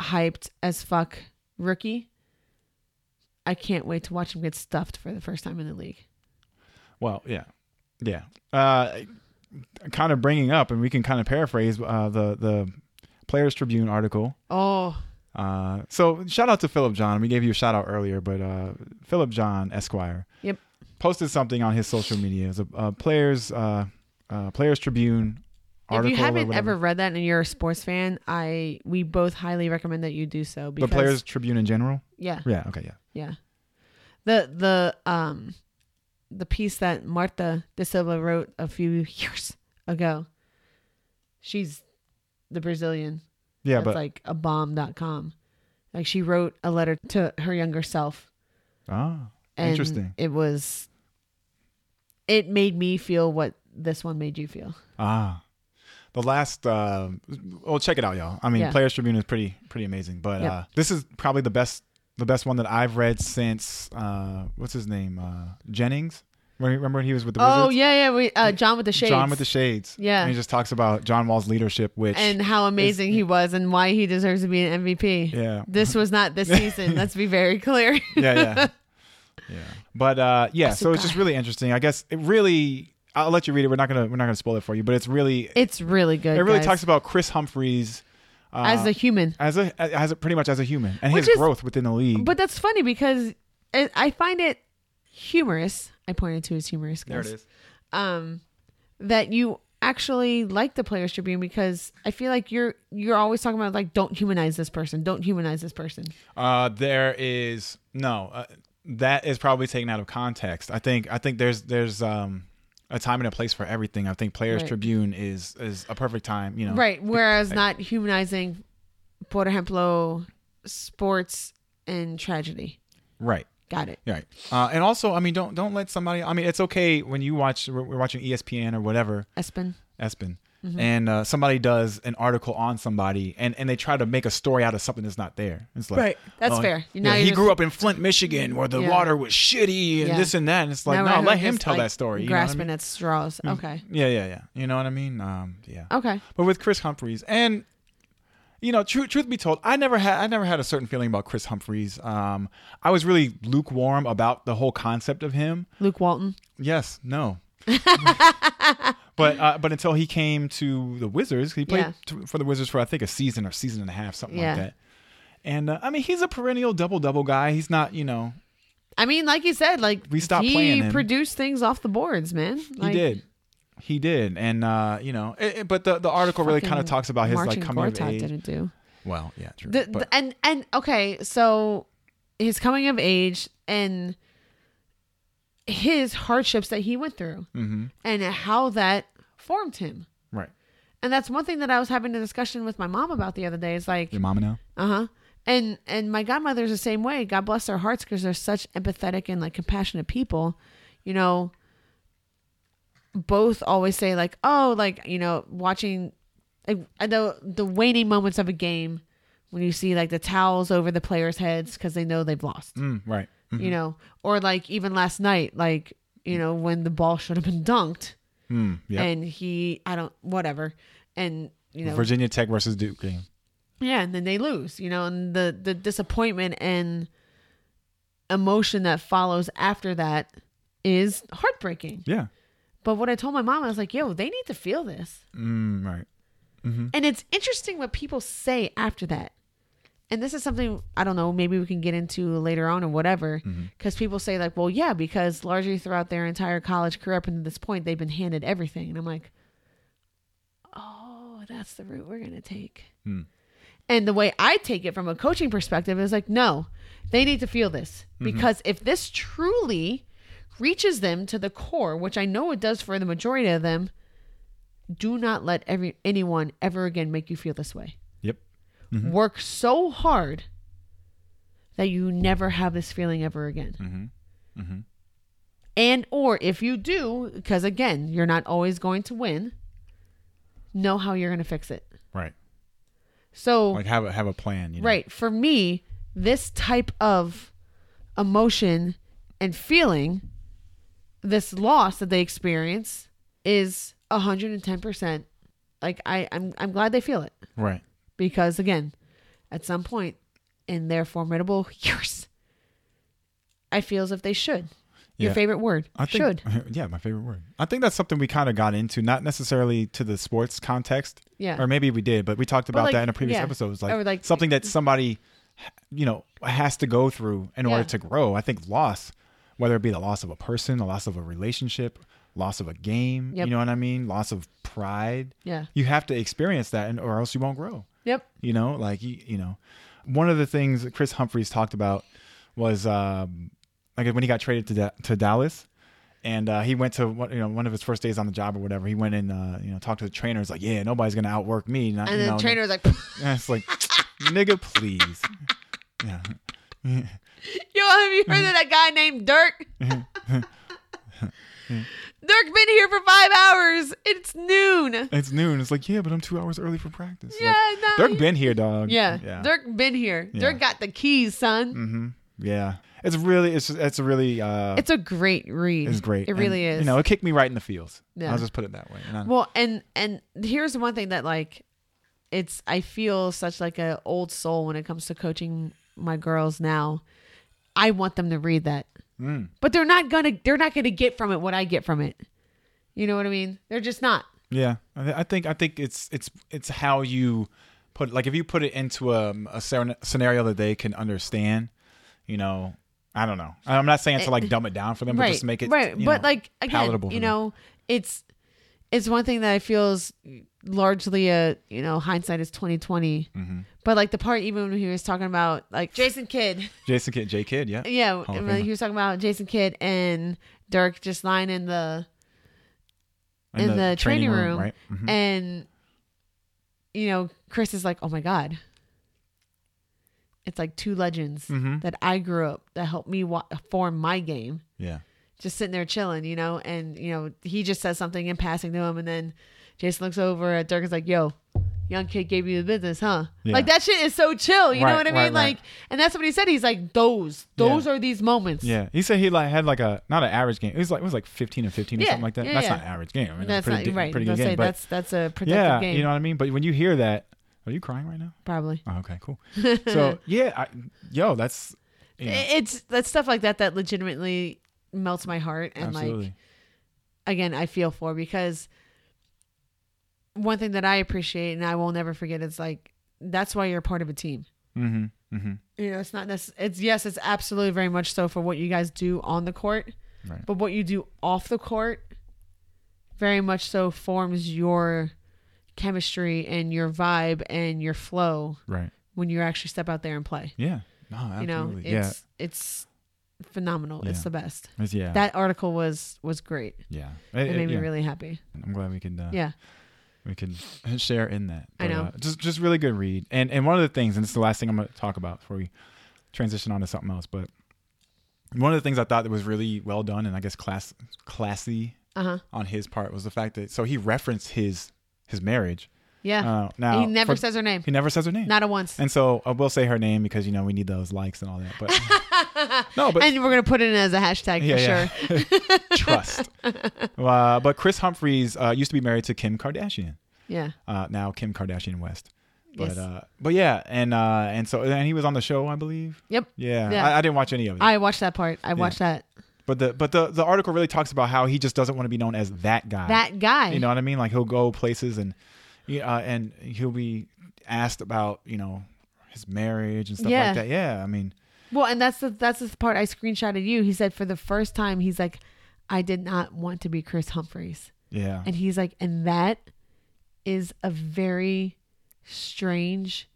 hyped as fuck rookie, I can't wait to watch him get stuffed for the first time in the league.
Well, yeah, yeah. Uh, kind of bringing up, and we can kind of paraphrase uh, the the Players Tribune article.
Oh,
Uh, so shout out to Philip John. We gave you a shout out earlier, but uh, Philip John Esquire
Yep.
posted something on his social media. It was a, a Players uh, uh, Players Tribune article.
if you
or
haven't
whatever.
ever read that and you're a sports fan, I we both highly recommend that you do so
the
because
Players Tribune in general.
yeah,
Yeah. Okay. Yeah.
yeah. The the um the piece that Marta de Silva wrote a few *laughs* years ago. She's the Brazilian
Yeah,
That's
but
like a bomb.com. Like she wrote a letter to her younger self.
ah,
And
interesting.
It was it made me feel what this one made you feel.
Ah, the last. Uh, well, check it out, y'all. I mean,
Yeah.
Players Tribune is pretty pretty amazing, but
Yep.
uh, this is probably the best the best one that I've read since uh, what's his name uh, Jennings. Remember- Remember when he was with the
Oh
Wizards?
yeah, yeah. We, uh, John with the shades.
John with the Shades.
Yeah.
and he just talks about John Wall's leadership, which
and how amazing he was and why he deserves to be an MVP.
yeah,
This was not
*laughs*
this season. Let's be very clear.
*laughs*
*laughs*
yeah, yeah, yeah. But uh, yeah, so it's
guy.
just really interesting. I guess it really. I'll let you read it. We're not gonna we're not gonna spoil it for you, but it's really
It's really good.
It really
guys.
talks about Chris Humphreys, uh, um,
as a human.
as a as a, pretty much as a human and
Which
his
is-
growth within the league.
But that's funny because it, I find it humorous. I pointed to his humorous.
there it
guys.
is.
um, that you actually like the Players Tribune because I feel like you're you're always talking about like don't humanize this person, don't humanize this person.
Uh, there is no. Uh, that is probably taken out of context. I think. I think there's there's um a time and a place for everything. I think Players
Right.
Tribune is is a perfect time. You know.
Right. Whereas not humanizing, por ejemplo, sports and tragedy.
Right.
Got it.
Right. Uh, and also, I mean, don't don't let somebody. I mean, it's okay when you watch. We're we're watching E ESPN or whatever.
Espen.
Espen.
Mm-hmm.
And uh, somebody does an article on somebody, and, and they try to make a story out of something that's not there. It's like, oh,
Right. That's fair. Now
Yeah, he
you're-
grew up in Flint, Michigan, where the
Yeah.
water was shitty and
Yeah.
this and that. And it's like,
Now we're
no, let
just,
him tell
like,
that story. You know what I
grasping
mean? Hmm.
at straws. Okay.
Yeah, yeah, yeah. You know what I mean? Um, yeah.
Okay.
But with Chris Humphreys and you know, truth truth be told, I never had I never had a certain feeling about Chris Humphreys. Um, I was really lukewarm about the whole concept of him.
Luke Walton.
Yes,
*laughs*
no. but uh, but until he came to the Wizards, he played
Yeah.
t- for the Wizards for I think a season or season and a half, something
Yeah.
like that. And uh, I mean, he's a perennial double double guy. He's not, you know,
I mean, like you said, like
We stopped
he
playing him.
produced things off the boards, man. Like,
he did, he did, and uh, you know, it, it- but the the article really kind of
fucking
talks about his like
Marcin
coming of
Gortat
age.
didn't do.
Well, yeah, true.
The,
but,
the- and and okay, so his coming of age and his hardships that he went through
Mhm.
and how that formed him.
right,
And that's one thing that I was having a discussion with my mom about the other day. Is like,
your mama now.
uh huh. And and my godmother's the same way. God bless their hearts because they're such empathetic and like compassionate people. You know, both always say like, oh, like you know, watching like the the waning moments of a game when you see like the towels over the players' heads because they know they've lost.
Mm, right. Mm.
You know, or like even last night, like you know when the ball should have been dunked
Mm, yeah.
and he, I don't, whatever, and you know,
Virginia Tech versus Duke game.
yeah, and then they lose, you know, and the the disappointment and emotion that follows after that is heartbreaking.
Yeah.
But what I told my mom, I was like, "Yo, they need to feel this."
Mm, right.
And it's interesting what people say after that. And this is something I don't know, maybe we can get into later on or whatever, because people say like, "Well, yeah, because largely throughout their entire college career up until this point, they've been handed everything." And I'm like, "Oh, that's the route we're going to take."
Hmm.
And the way I take it from a coaching perspective is like, no, they need to feel this because if this truly reaches them to the core, which I know it does for the majority of them, do not let every anyone ever again make you feel this way.
Yep.
Work so hard that you never have this feeling ever again.
Mhm.
And or if you do, because again, you're not always going to win. Know how you're going to fix it.
Right.
So
Like have a have a plan. You know?
Right. For me, this type of emotion and feeling, this loss that they experience is 110%. Like I, I'm, I'm glad they feel it
Right.
because again, at some point in their formidable *laughs* years, I feel as if they should. Your
Yeah.
favorite word,
I think,
should.
*laughs* Yeah, my favorite word. I think that's something we kind of got into, not necessarily to the sports context.
Yeah.
Or maybe we did, but we talked about
like,
that in a previous
yeah.
episode. It was
Or
Like,
like-
something that somebody, you know, has to go through in
Yeah.
order to grow. I think loss, whether it be the loss of a person, the loss of a relationship, loss of a game,
Yep.
you know what I mean? Loss of pride.
Yeah.
You have to experience that, and or else you won't grow.
Yep.
You know, like you, you know, one of the things that Chris Humphreys talked about was um, like when he got traded to da- to Dallas, and uh, he went to one, you know one of his first days on the job or whatever. He went and uh, you know talked to the trainer. He's like, yeah, nobody's gonna outwork me. Not,
And
you
the
know,
trainer was like, *laughs*
*laughs* And it's like, nigga, please. Yeah.
Yo, have you
Mm-hmm.
heard of that guy named
*laughs*
Dirk?
Mm-hmm.
Dirk been here for five hours. It's noon.
It's noon. It's like, yeah, but I'm two hours early for practice.
Yeah, no.
Like, Dirk been here, dog.
yeah.
Yeah.
Dirk been here.
Yeah. Mm-hmm.
Dirk got the keys, son.
yeah. It's really, it's it's a really, uh,
It's a great read.
it's great.
It
And,
really is.
You know, it kicked me right in the feels.
Yeah.
I'll just put it that way. And I-
well, and and here's one thing that like, it's I feel such like a old soul when it comes to coaching my girls now. I want them to read that,
Mm.
but they're not gonna they're not gonna get from it what I get from it. You know what I mean? They're just not.
Yeah, I, th- I think I think it's it's it's how you put like if you put it into a, a scen- scenario that they can understand, you know, I don't know. I'm not saying to like dumb it down for them, but just make it
Eh, right.
you
but
know,
like again,
palatable for
you
them.
know, it's it's one thing that I feel is largely a you know hindsight is twenty
Mm-hmm.
But like the part even when he was talking about like Jason Kidd,
Jason Kidd, J Kidd, yeah,
yeah,
Hall of
when
Famer.
he was talking about Jason Kidd and Dirk just lying in the
And
in the, training room, Eh.
right? Mhm.
and you know Chris is like, oh my god. It's like two legends
Mhm.
that I grew up that helped me wa- form my game.
Yeah,
just sitting there chilling, you know, and you know, he just says something in passing to him and then Jason looks over at Dirk and is like, Yo, young kid gave you the business, huh?
Yeah.
Like that shit is so chill, you know
Right,
what I mean?
right, right.
like and that's what he said. He's like, Those, those are these moments.
yeah. He said he like had like a not an average game. It was like it was like 15 and 15 or
Yeah,
something like that.
yeah,
that's
yeah.
not an average game. I mean,
That's
that's pretty,
not
di-
right.
pretty
I'll
good
say
game. But
that's that's a productive
yeah,
game,
you know what I mean. But when you hear that, are you crying right now?
probably.
Oh, okay,
*laughs*
cool. So yeah, I, yo, that's you know,
I- It's that's stuff like that that legitimately melts my heart and
absolutely.
like again I feel for because one thing that I appreciate and I will never forget is like that's why you're part of a team.
mm-hmm. Mm-hmm.
you know, it's not necess- it's yes, it's absolutely very much so for what you guys do on the court,
Right.
but what you do off the court very much so forms your chemistry and your vibe and your flow
Right.
when you actually step out there and play.
Yeah. No, absolutely.
You know, it's it's phenomenal. It's
Yeah.
the best.
yeah. It's- yeah.
That article was was great.
yeah.
It,
It- it-
made me
yeah.
really happy.
I'm glad we could uh,
Yeah.
we could *laughs* share in that.
I know.
uh, just just really good read. And and one of the things, and this is the last thing I'm going to talk about before we transition on to something else, but one of the things I thought that was really well done and I guess class classy
Uh-huh.
on his part was the fact that so he referenced his his marriage.
Yeah.
Uh, now
Ah, he never
for-
says her name.
he never says her name.
Not a once.
And so I will say her name because you know we need those likes and all that. But
*laughs*
no, but
And we're going to put it in as a hashtag for sure.
yeah, yeah.
*laughs*
trust. Uh, but Chris Humphries uh, used to be married to Kim Kardashian.
Yeah.
Uh, now Kim Kardashian West. But
Yes.
uh, but yeah, and uh, and so and he was on the show, I believe.
Yep.
Yeah,
Yeah.
I, I didn't watch any of it.
I watched that part. I watched that.
but the but the the article really talks about how he just doesn't want to be known as that guy.
that guy.
Uh, You know what I mean? Like he'll go places and yeah, uh, and he'll be asked about you know his marriage and stuff
Yeah.
like that. Yeah, I mean.
Well, and that's the that's the part I screenshotted you. He said for the first time, he's like, I did not want to be Chris Humphreys,
Yeah.
and he's like, and that is a very strange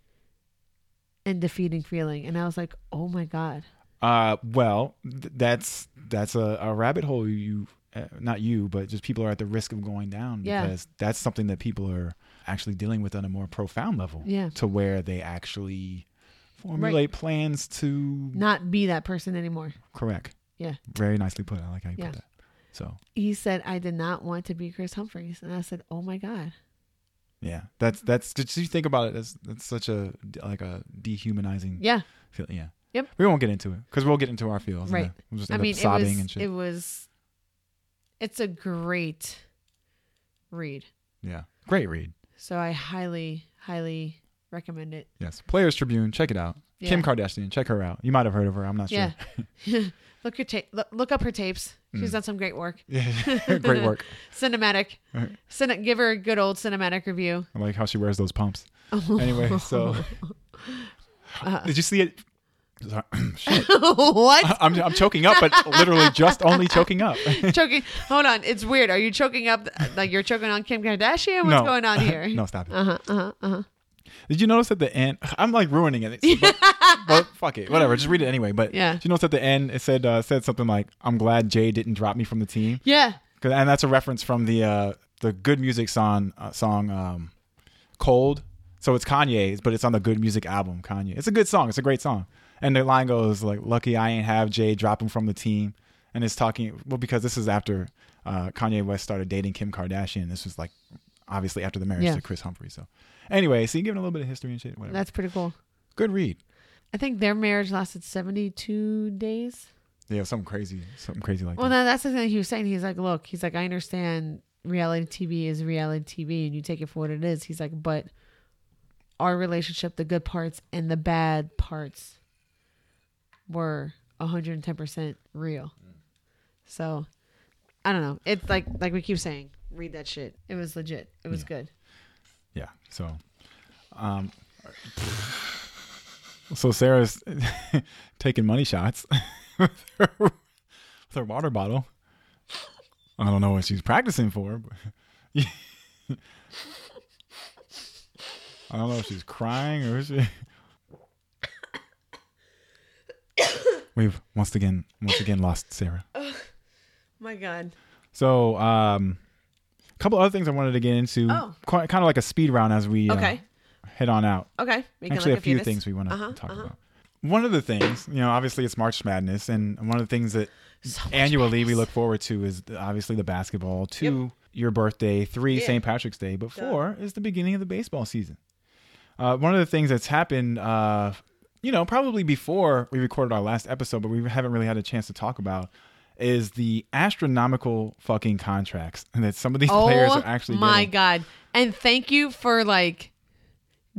and defeating feeling. And I was like, oh my god,
Uh, well, th- that's that's a, a rabbit hole. You, uh, not you, but just people are at the risk of going down
Yeah.
because that's something that people are actually dealing with on a more profound level.
Yeah.
To where they actually formulate plans to
not be that person anymore.
correct.
Yeah.
Very nicely put. I like how you
Yeah.
put that. So
He said, I did not want to be Chris Humphreys, and I said, oh my god,
yeah, that's that's. Did you think about it? That's that's such a like a dehumanizing.
yeah.
Feel, yeah.
Yep.
We won't get into it because we'll get into our feels. and
Right.
then We'll just
I
end
mean,
up
it
sobbing
was
and shit.
it was. It's a great read.
yeah. Great read.
So I highly, highly recommend it.
Yes, Players Tribune. Check it out.
Yeah.
Kim Kardashian. Check her out. You might have heard of her. I'm not
Yeah.
sure.
look her tape. Look, look up her tapes. She's
Mm.
done some great work.
*laughs* Yeah. *laughs*
*laughs*
Great work.
Cinematic. Cine- give her a good old cinematic review. *laughs*
I like how she wears those pumps.
Oh.
Anyway, so
Uh.
did you see it? Sorry. *clears throat* Shit.
what?
I'm, I'm choking up, but literally just only choking up. *laughs*
choking. Hold on. It's weird. Are you choking up? Like you're choking on Kim Kardashian? What's
No.
going on here?
*laughs* no, stop it.
Uh huh. Uh huh. Uh-huh.
Did you notice at the end? *sighs* I'm like ruining
*laughs*
it. But, but fuck it, whatever. Just read it anyway. But
Yeah.
did you notice at the end it said uh, said something like, "I'm glad Jay didn't drop me from the team,"
Yeah.
'Cause- and that's a reference from the uh, the good music song uh, song um, Cold. So it's Kanye's, but it's on the Good Music album. Kanye. It's a good song. It's a great song. And the line goes like, "Lucky I ain't have Jay drop him from the team." And it's talking well because this is after uh, Kanye West started dating Kim Kardashian. This was like obviously after the marriage
Yeah.
to Chris Humphrey. So anyway, so you giving a little bit of history and shit. Whatever.
That's pretty cool.
good read.
I think their marriage lasted 72 days.
Yeah, something crazy, something crazy like
Well,
that.
no, that's the thing he was saying. He's like, look, he's like, I understand reality TV is reality TV and you take it for what it is. He's like, but our relationship, the good parts and the bad parts were 110% real. So I don't know. It's like, like we keep saying, read that shit. It was legit. It was good.
Yeah. So, um, So Sarah's *laughs* taking money shots *laughs* with her, with her water bottle. I don't know what she's practicing for. But *laughs* I don't know if she's crying or is she. *coughs* We've once again, once again, lost Sarah.
My God.
So, um, a couple other things I wanted to get into,
Oh.
quite, kind of like a speed round as we uh,
Okay.
head on out.
Okay. We can
Actually,
like
a few
fetus.
things we want to
Uh-huh,
talk
uh-huh.
about. One of the things, you know, obviously it's March Madness, and one of the things that
So much
annually we
madness.
look forward to is the- obviously the basketball. Two, your birthday. Three,
Yeah.
St. Patrick's Day. But four is the beginning of the baseball season. Uh, one of the things that's happened, uh, you know, probably before we recorded our last episode, but we haven't really had a chance to talk about, is the astronomical fucking contracts *laughs* that some of these players
oh
are actually
my
getting.
God. And thank you for like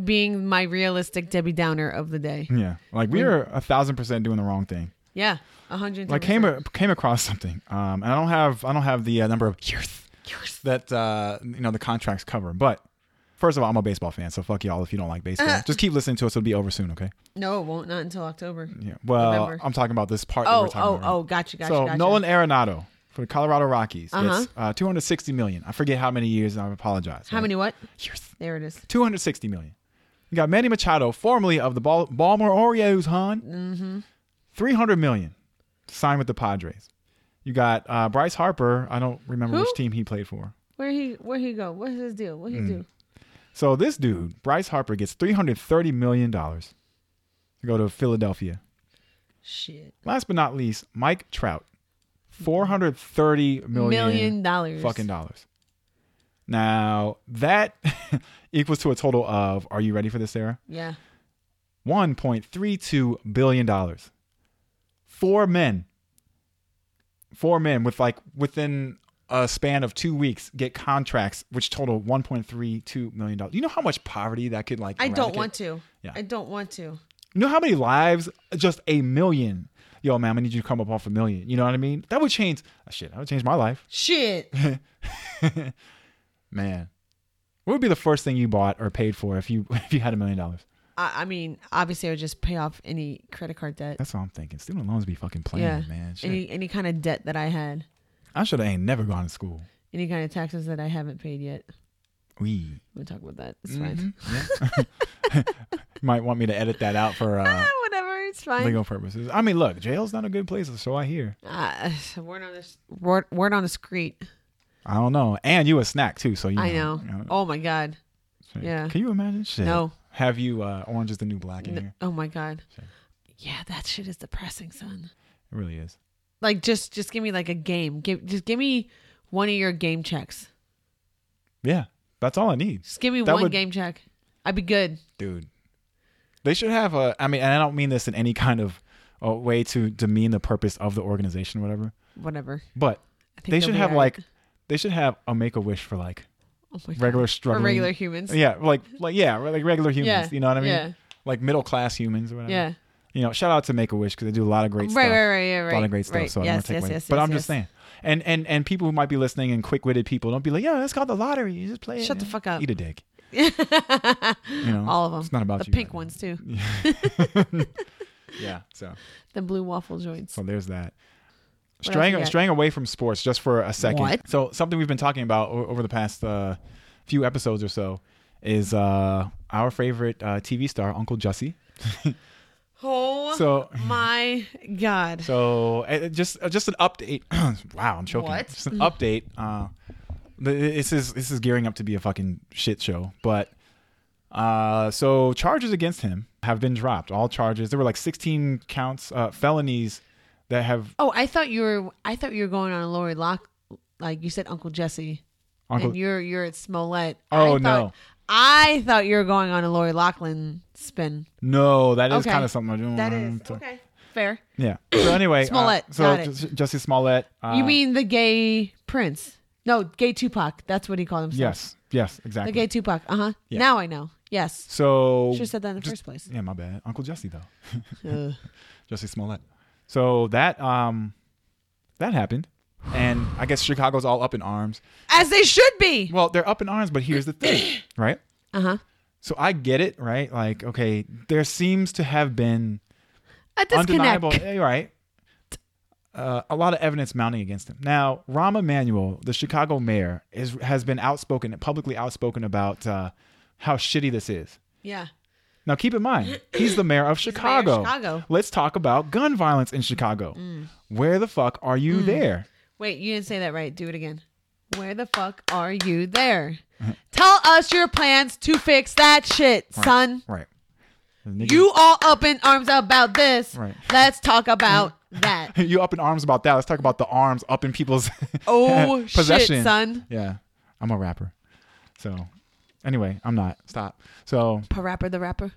being my realistic Debbie Downer of the day.
Yeah, like we are a thousand percent doing the wrong thing.
Yeah. 100.
I came came across something, um, and I don't have I don't have the uh, number of years that uh, you know the contracts cover. But first of all, I'm a baseball fan, so fuck y'all if you don't like baseball.
Uh-huh.
Just keep listening to us; it'll be over soon, okay?
No, it won't. Not until October.
Yeah. Well,
November.
I'm talking about this part. that
Oh,
Mm. we're talking
oh,
about, right?
oh. Gotcha, gotcha,
so
gotcha. Uh-huh.
Nolan Arenado for the Colorado Rockies gets uh, 260 million. I forget how many years, and I apologize.
How many what?
years?
There it is.
260 million. You got Manny Machado, formerly of the Bal- Baltimore Orioles, hon. Mm-hmm. 300 million to sign with the Padres. You got uh, Bryce Harper. I don't remember
Who?
which team he played for.
Where he where he go? What's his deal? What he
Mm.
do?
So this dude, Bryce Harper, gets 330 million dollars to go to Philadelphia.
Shit.
Last but not least, Mike Trout, 430 million,
Million dollars.
fucking dollars. Now that *laughs* equals to a total of. Are you ready for this, Sarah?
Yeah.
$1.32 billion. Four men, four men with like within a span of two weeks get contracts which total $1.32 million. You know how much poverty that could like.
I don't
eradicate?
want to.
Yeah.
I don't want to.
You know how many lives? Just a million. Yo, man, I need you to come up off a million. You know what I mean? That would change. ah, Shit, that would change my life. *laughs*
Shit.
Man. What would be the first thing you bought or paid for if you *laughs* if you had a million dollars?
I, I mean, obviously, I would just pay off any credit card debt.
That's all I'm thinking. Student loans be fucking playing,
Yeah.
man. Shit.
Any any kind of debt that I had.
I should have ain't never gone to school.
Any kind of taxes that I haven't paid yet.
We
We'll talk about that. It's
Mm-hmm.
fine.
*laughs*
*laughs*
might want me to edit that out for uh,
Ah, Whatever. It's fine.
legal purposes. I mean, look, jail's not a good place, so I hear.
Ah, word on this word, word on the street.
I don't know. And you a snack too, so you.
I know.
you
Oh my god. yeah.
Can you imagine? Shit.
No.
Have you uh, Orange is the New Black in
N-
here?
oh my god. Yeah, that shit is depressing, son.
It really is.
Like just just give me like a game. Give just give me one of your game checks.
Yeah, that's all I need,
Just give me
That
one
would-
game check. I'd be good.
dude. They should have a. I mean, and I don't mean this in any kind of uh, way to demean the purpose of the organization, whatever.
Whatever.
But
I think
they
they'll
should
be
have
all right.
like, they should have a make a wish for like
oh my God.
regular
for
struggling
regular humans.
Yeah, like like yeah, like regular humans.
Yeah,
You know what I mean?
yeah.
Like middle class humans or whatever.
Yeah.
You know, shout out to Make a Wish because they do a lot of great
Right,
stuff.
right, right, yeah, right.
A lot of great stuff.
right.
So I don't want
yes,
to take
yes,
away.
yes,
but
yes,
I'm just
yes.
saying. And and and people who might be listening and quick witted people don't be like, yeah, that's called the lottery. You just play it.
Shut the
and
fuck up.
Eat a dick.
*laughs*
You know,
All of them.
It's not about
the
you.
pink
right
ones too.
now. Yeah. So
The blue waffle joints.
so there's that.
else you
Straying
got?
straying away from sports just for a second.
What?
So something we've been talking about o- over the past uh, few episodes or so is uh, our favorite uh, TV star, Uncle Jussie.
Oh
So
my god.
So uh, just uh, just an update. *clears throat* wow, I'm choking.
What?
Just an update. Uh, th- this is this is gearing up to be a fucking shit show. But uh, so charges against him have been dropped. All charges. There were like 16 counts, uh, felonies that have
Oh, I thought you were. I thought you were going on a Lori Lock. Like you said, Uncle Jesse,
Uncle.
and you're you're at Smollett. I
Oh,
thought-
no.
I thought you were going on a Lori Lachlan spin.
no, that is
Okay.
kind of something I do.
That is okay. Fair.
Yeah. So anyway,
*clears throat*
uh,
Smollett,
so
got it.
Jus- Jussie Smollett. Uh,
you mean the gay prince? No, gay Tupac. That's what he called himself.
Yes. Yes.
the
Exactly.
gay Tupac. Uh huh.
Yeah.
Now I know. Yes.
so
Should have said that in the
just-
first place.
Yeah, my bad. Uncle Jussie though.
Ugh.
Jesse Smollett. So that um that happened. And I guess Chicago's all up in arms.
As they should be.
Well, they're up in arms, but here's the thing, right?
Uh huh.
So I get it, right? Like, okay, there seems to have been
A disconnect.
undeniable, yeah, you're right? Uh, a lot of evidence mounting against him. Now, Rahm Emanuel, the Chicago mayor, is has been outspoken, publicly outspoken about uh, how shitty this is.
Yeah.
Now, keep in mind, *clears throat* he's the mayor of Chicago. Mm.
Chicago.
Let's talk about gun violence in Chicago. Where the fuck are you there?
Wait, you didn't say that right. Do it again. Where the fuck are you there? Tell us your plans to fix that shit, son.
Right.
You all up in arms about this.
Right.
Let's talk about that.
*laughs* you up in arms about that. Let's talk about the arms up in people's
*laughs*
*laughs*
Oh, shit,
possession.
son.
Yeah, I'm a rapper. So, anyway, I'm not. Stop. So
Pa rapper the rapper.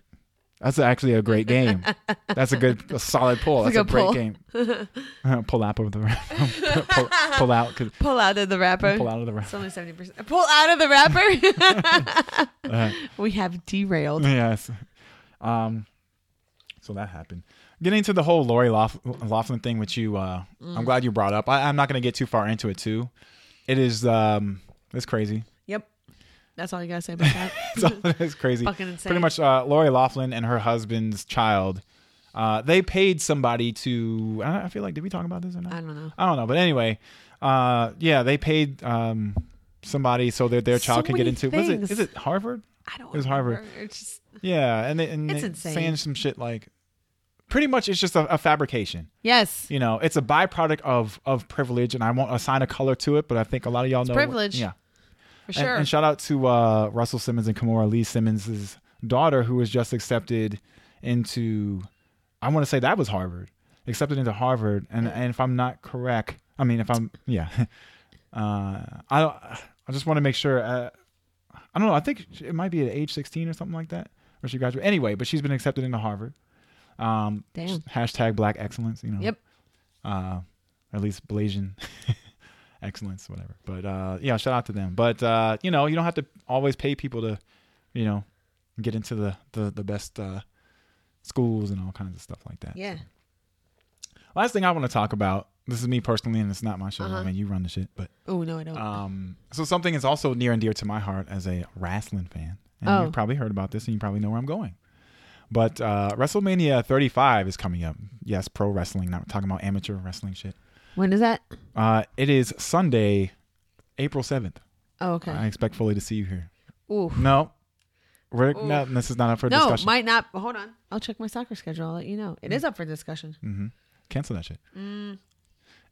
that's actually a great *laughs* game. That's a good, a solid pull. That's
It's
a,
a
great
good
game. *laughs* pull out of the *laughs* rap- pull, pull out. 'cause-
Pull out of the rapper.
Pull out of the rap.
It's only seventy percent. Pull out of the rapper. *laughs* we have derailed.
*laughs* Yes. Um. So that happened. Getting to the whole Lori Laugh- Laughlin thing, which you, uh, I'm
Mm.
glad you brought up. I, I'm not going to get too far into it too. It is, um, it's crazy. *laughs*
Yep. That's all you gotta say about that.
So
*laughs*
it's *laughs* crazy.
Fucking insane.
Pretty much, uh, Lori Laughlin and her husband's child. Uh, they paid somebody to. I I feel like did we talk about this or not?
I don't know.
I don't know, but anyway, uh, yeah, they paid um, somebody so that their child
So
could get
many
into. Was it
things.
is it Harvard?
I don't.
It was Harvard.
remember. It's just,
Yeah, and they, and
It's
they
insane.
saying some shit like, pretty much, it's just a, a fabrication.
yes.
You know, it's a byproduct of of privilege, and I won't assign a color to it, but I think a lot of y'all know what-
privilege.
yeah,
For
and,
sure.
and shout out to uh, Russell Simmons and Kamora Lee Simmons' daughter, who was just accepted into, I want to say that was Harvard, accepted into Harvard. And, and if I'm not correct, I mean, if I'm, yeah, *laughs* uh, I don't, I just want to make sure. Uh, I don't know. I think she- it might be at age 16 or something like that, or she graduated. Anyway, but she's been accepted into Harvard. Um,
Damn.
Hashtag black excellence, you know.
Yep.
Uh, or at least Blasian excellence, whatever. But uh, yeah, shout out to them. But uh, you know, you don't have to always pay people to, you know, get into the the, the best uh, schools and all kinds of stuff like that.
Yeah.
Last thing I want to talk about. This is me personally, and it's not my show.
Uh-huh.
I mean, you run the shit, but
Oh no, I don't.
um, so something is also near and dear to my heart as a wrestling fan, and
Oh.
you've probably heard about this, and you probably know where I'm going. But uh, WrestleMania 35 is coming up. Yes, pro wrestling. Not talking about amateur wrestling shit.
when is that?
Uh, it is Sunday, April 7th.
Oh, okay.
I expect fully to see you here.
Ooh.
No, We're, no, this is not up for
No,
discussion. Mm.
might not. Hold on. I'll check my soccer schedule. I'll let you know. It is up for discussion.
hmm Cancel that shit.
Mm.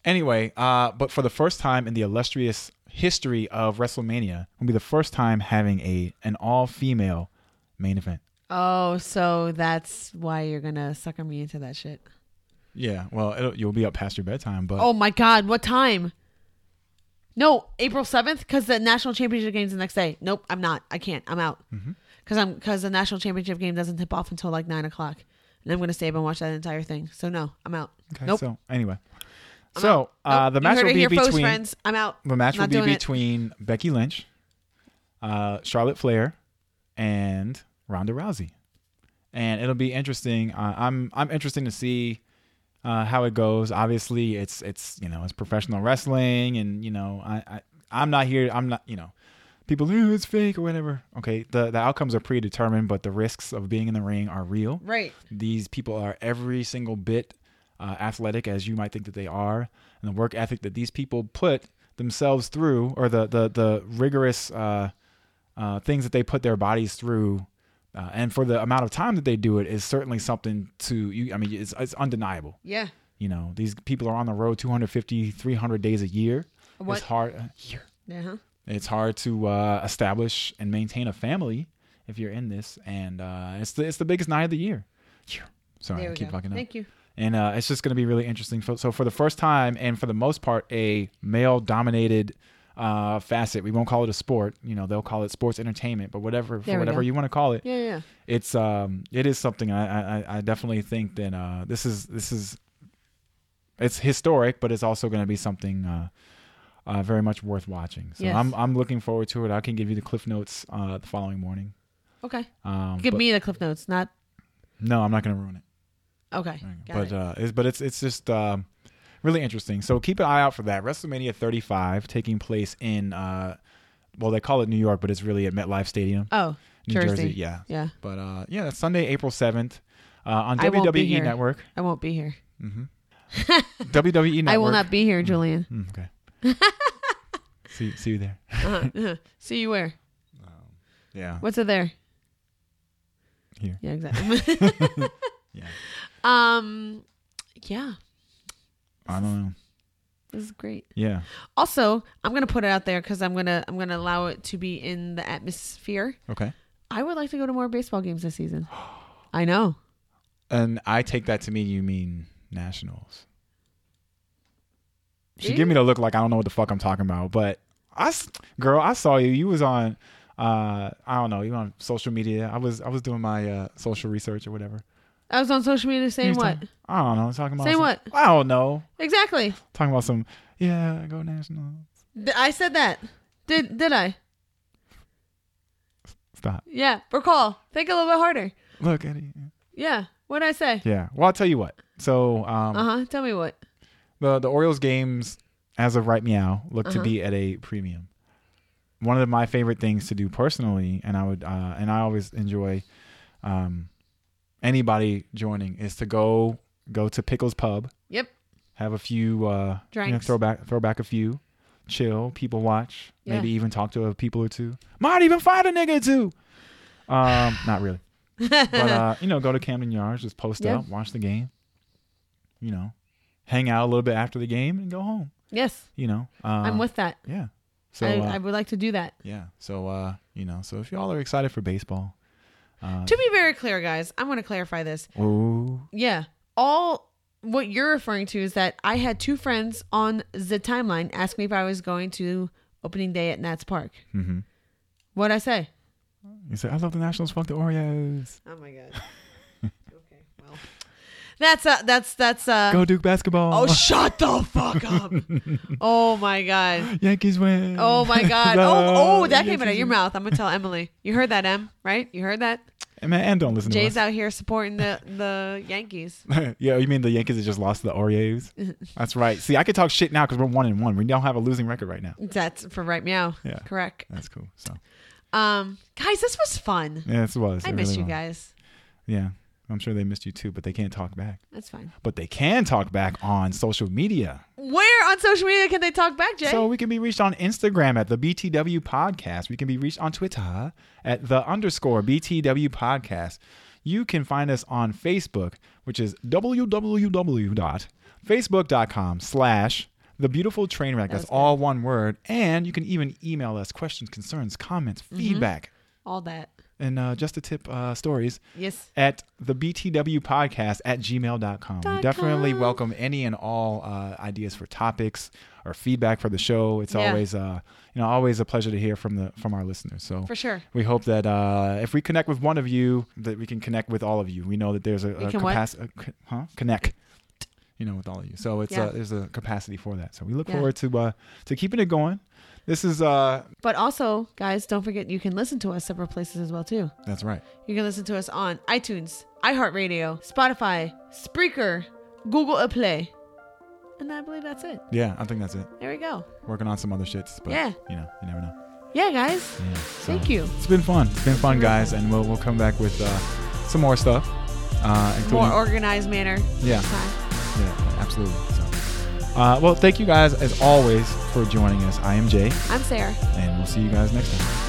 Anyway, uh, but for the first time in the illustrious history of WrestleMania, will be the first time having a an all female main event.
Oh, so that's why you're gonna sucker me into that shit.
Yeah, well, it'll, you'll be up past your bedtime, but
Oh my god, what time? No, April seventh, because the national championship game's the next day. Nope, I'm not. I can't. I'm out.
Mm-hmm.
Because I'm because the national championship game doesn't tip off until like nine o'clock, and I'm gonna stay up and watch that entire thing. So no, I'm out.
okay,
nope.
so anyway, so uh,
Nope.
the
You
match
heard
will
it
be
here first,
between
friends. I'm out.
The match
Not
will be
doing it.
between Becky Lynch, uh, Charlotte Flair, and Ronda Rousey, and it'll be interesting. Uh, I'm I'm interested to see uh, how it goes. Obviously, it's it's you know it's professional wrestling, and you know I, I I'm not here. I'm not you know people "Ooh, it's fake or whatever. Okay, the the outcomes are predetermined, but the risks of being in the ring are real.
Right.
These people are every single bit uh, athletic as you might think that they are, and the work ethic that these people put themselves through, or the the the rigorous uh, uh, things that they put their bodies through, uh, and for the amount of time that they do it, is certainly something to you. I mean, it's, it's undeniable.
Yeah.
You know, these people are on the road 250, 300 days a year.
What-
It's hard. a year.
Uh-huh.
It's hard to uh, establish and maintain a family if you're in this, and uh, it's the it's the biggest night of the year. Phew. Sorry,
There
I
we
keep
go.
fucking up.
Thank you.
And uh, it's just going to be really interesting. For, so for the first time, and for the most part, a male-dominated uh, facet. We won't call it a sport. You know, they'll call it sports entertainment, but whatever,
There
for
we
whatever
go.
you want to call it,
Yeah, yeah. yeah.
it's um, it is something. I I- I, I definitely think that uh, this is this is it's historic, but it's also going to be something uh, uh, very much worth watching. So
Yes.
I'm I'm looking forward to it. I can give you the cliff notes uh, the following morning.
Okay.
Um,
Give
but-
me the cliff notes, not
no, I'm not going to ruin it.
okay. Got
but
it.
uh, it's, but it's it's just um, really interesting. So keep an eye out for that. WrestleMania 35 taking place in uh, well they call it New York, but it's really at MetLife Stadium.
oh,
New
Jersey.
Jersey. yeah.
Yeah.
But uh, yeah, that's Sunday, April seventh, uh, on
I won't be
WWE
here.
Network.
I won't be here.
hmm
*laughs*
WWE E Network.
I will not be here,
*laughs*
Julian.
Mm, okay.
*laughs*
see, see you there.
Uh-huh. See you where?
Yeah.
What's it there?
Here.
Yeah, exactly. *laughs*
Yeah.
Um, yeah,
I don't know.
this is great.
Yeah.
Also, I'm gonna put it out there because I'm gonna I'm gonna allow it to be in the atmosphere.
Okay.
I would like to go to more baseball games this season. *gasps* I know.
And I take that to mean you mean nationals. She
See?
gave me the look like I don't know what the fuck I'm talking about, but I, s- girl, I saw you. You was on, uh, I don't know, you on social media. I was, I was doing my uh, social research or whatever.
I was on social media saying
You
what?
talking- I don't know. Talking about
Saying
some-
what?
I don't know.
Exactly.
Talking about some. Yeah, go national.
D- I said that. Did did I?
Stop.
Yeah. Recall. Think a little bit harder.
Look, Eddie.
Yeah. What would I say?
Yeah. Well, I'll tell you what. So, um,
Uh huh. Tell me what.
the the Orioles games, as of right meow, look
Uh-huh.
to be at a premium. One of my favorite things to do personally, and I would, uh, and I always enjoy, um, anybody joining is to go go to Pickles Pub,
Yep.
have a few uh, you know,
Drinks.
throw back throw back a few, chill, people watch, maybe
Yeah.
even talk to a people or two, might even find a nigga or two. Um, not really, but
*laughs*
uh, you know, go to Camden Yards, just post
Yeah.
up, watch the game, you know, hang out a little bit after the game, and go home
Yes.
you know uh,
I'm with that.
yeah so
I,
uh,
I would like to do that.
yeah so uh you know so if y'all are excited for baseball uh
To be very clear, guys, I'm going to clarify this.
ooh,
Yeah. All what you're referring to is that I had two friends on the timeline ask me if I was going to opening day at Nats Park.
mhm.
What'd I say?
you said i love the nationals fuck the oreos
Oh my
*laughs*
god. okay. Well, that's uh, that's that's uh.
go duke basketball
oh, shut the fuck
*laughs*
up! oh my god.
yankees win
Oh
*laughs*
my god. Oh oh, that came out of
Yankees *laughs*
your mouth. I'm gonna tell Emily. You heard that, Em? Right? You heard that?
win. Man, and don't listen
Jay's
*laughs* to
out here supporting the the Yankees.
us yeah you mean the yankees that just lost to the
*laughs*
oreos that's right see i could talk shit now because we're one and one we don't have a losing record right now
That's for right meow.
Yeah.
Correct.
that's cool so
Um, guys, this was fun.
yeah this was
I
It
miss
really
you
was.
guys.
yeah i'm sure they missed you too but they can't talk back
That's fine.
but they can talk back on social media
Where on social media can they talk back, Jay?
So we can be reached on Instagram at the BTW Podcast. We can be reached on Twitter at the underscore BTW Podcast. You can find us on Facebook, which is www.facebook.com slash the beautiful train wreck. That's
was good.
all one word. And you can even email us questions, concerns, comments,
Mm-hmm.
feedback,
All that.
and uh, just a tip uh, stories
Yes.
at the BTW podcast at gmail.com. We
Dot
definitely
com.
welcome any and all uh, ideas for topics or feedback for the show. It's
Yeah.
always uh, you know always a pleasure to hear from the from our listeners. So
For sure.
we hope that uh, if we connect with one of you, that we can connect with all of you. We know that there's a,
We
a
can what?
capacity, huh? Connect, you know, with all of you. So it's
Yeah.
uh, there's a capacity for that. So we look
Yeah.
forward to uh, to keeping it going. This is uh,
But also, guys, don't forget you can listen to us several places as well too.
that's right.
You can listen to us on iTunes, iHeartRadio, Spotify, Spreaker, Google Play. And I believe that's it.
Yeah, I think that's it.
There we go.
Working on some other shits, but
Yeah.
you know, you never know.
Yeah, guys.
Yeah,
Thank you.
It's been fun. It's been fun, guys, and we'll, we'll come back with uh, some more stuff. Uh, including,
More organized manner.
yeah,
Time.
yeah, absolutely. So, uh, well, thank you guys as always for joining us. I am Jay,
I'm Sarah.
and we'll see you guys next time.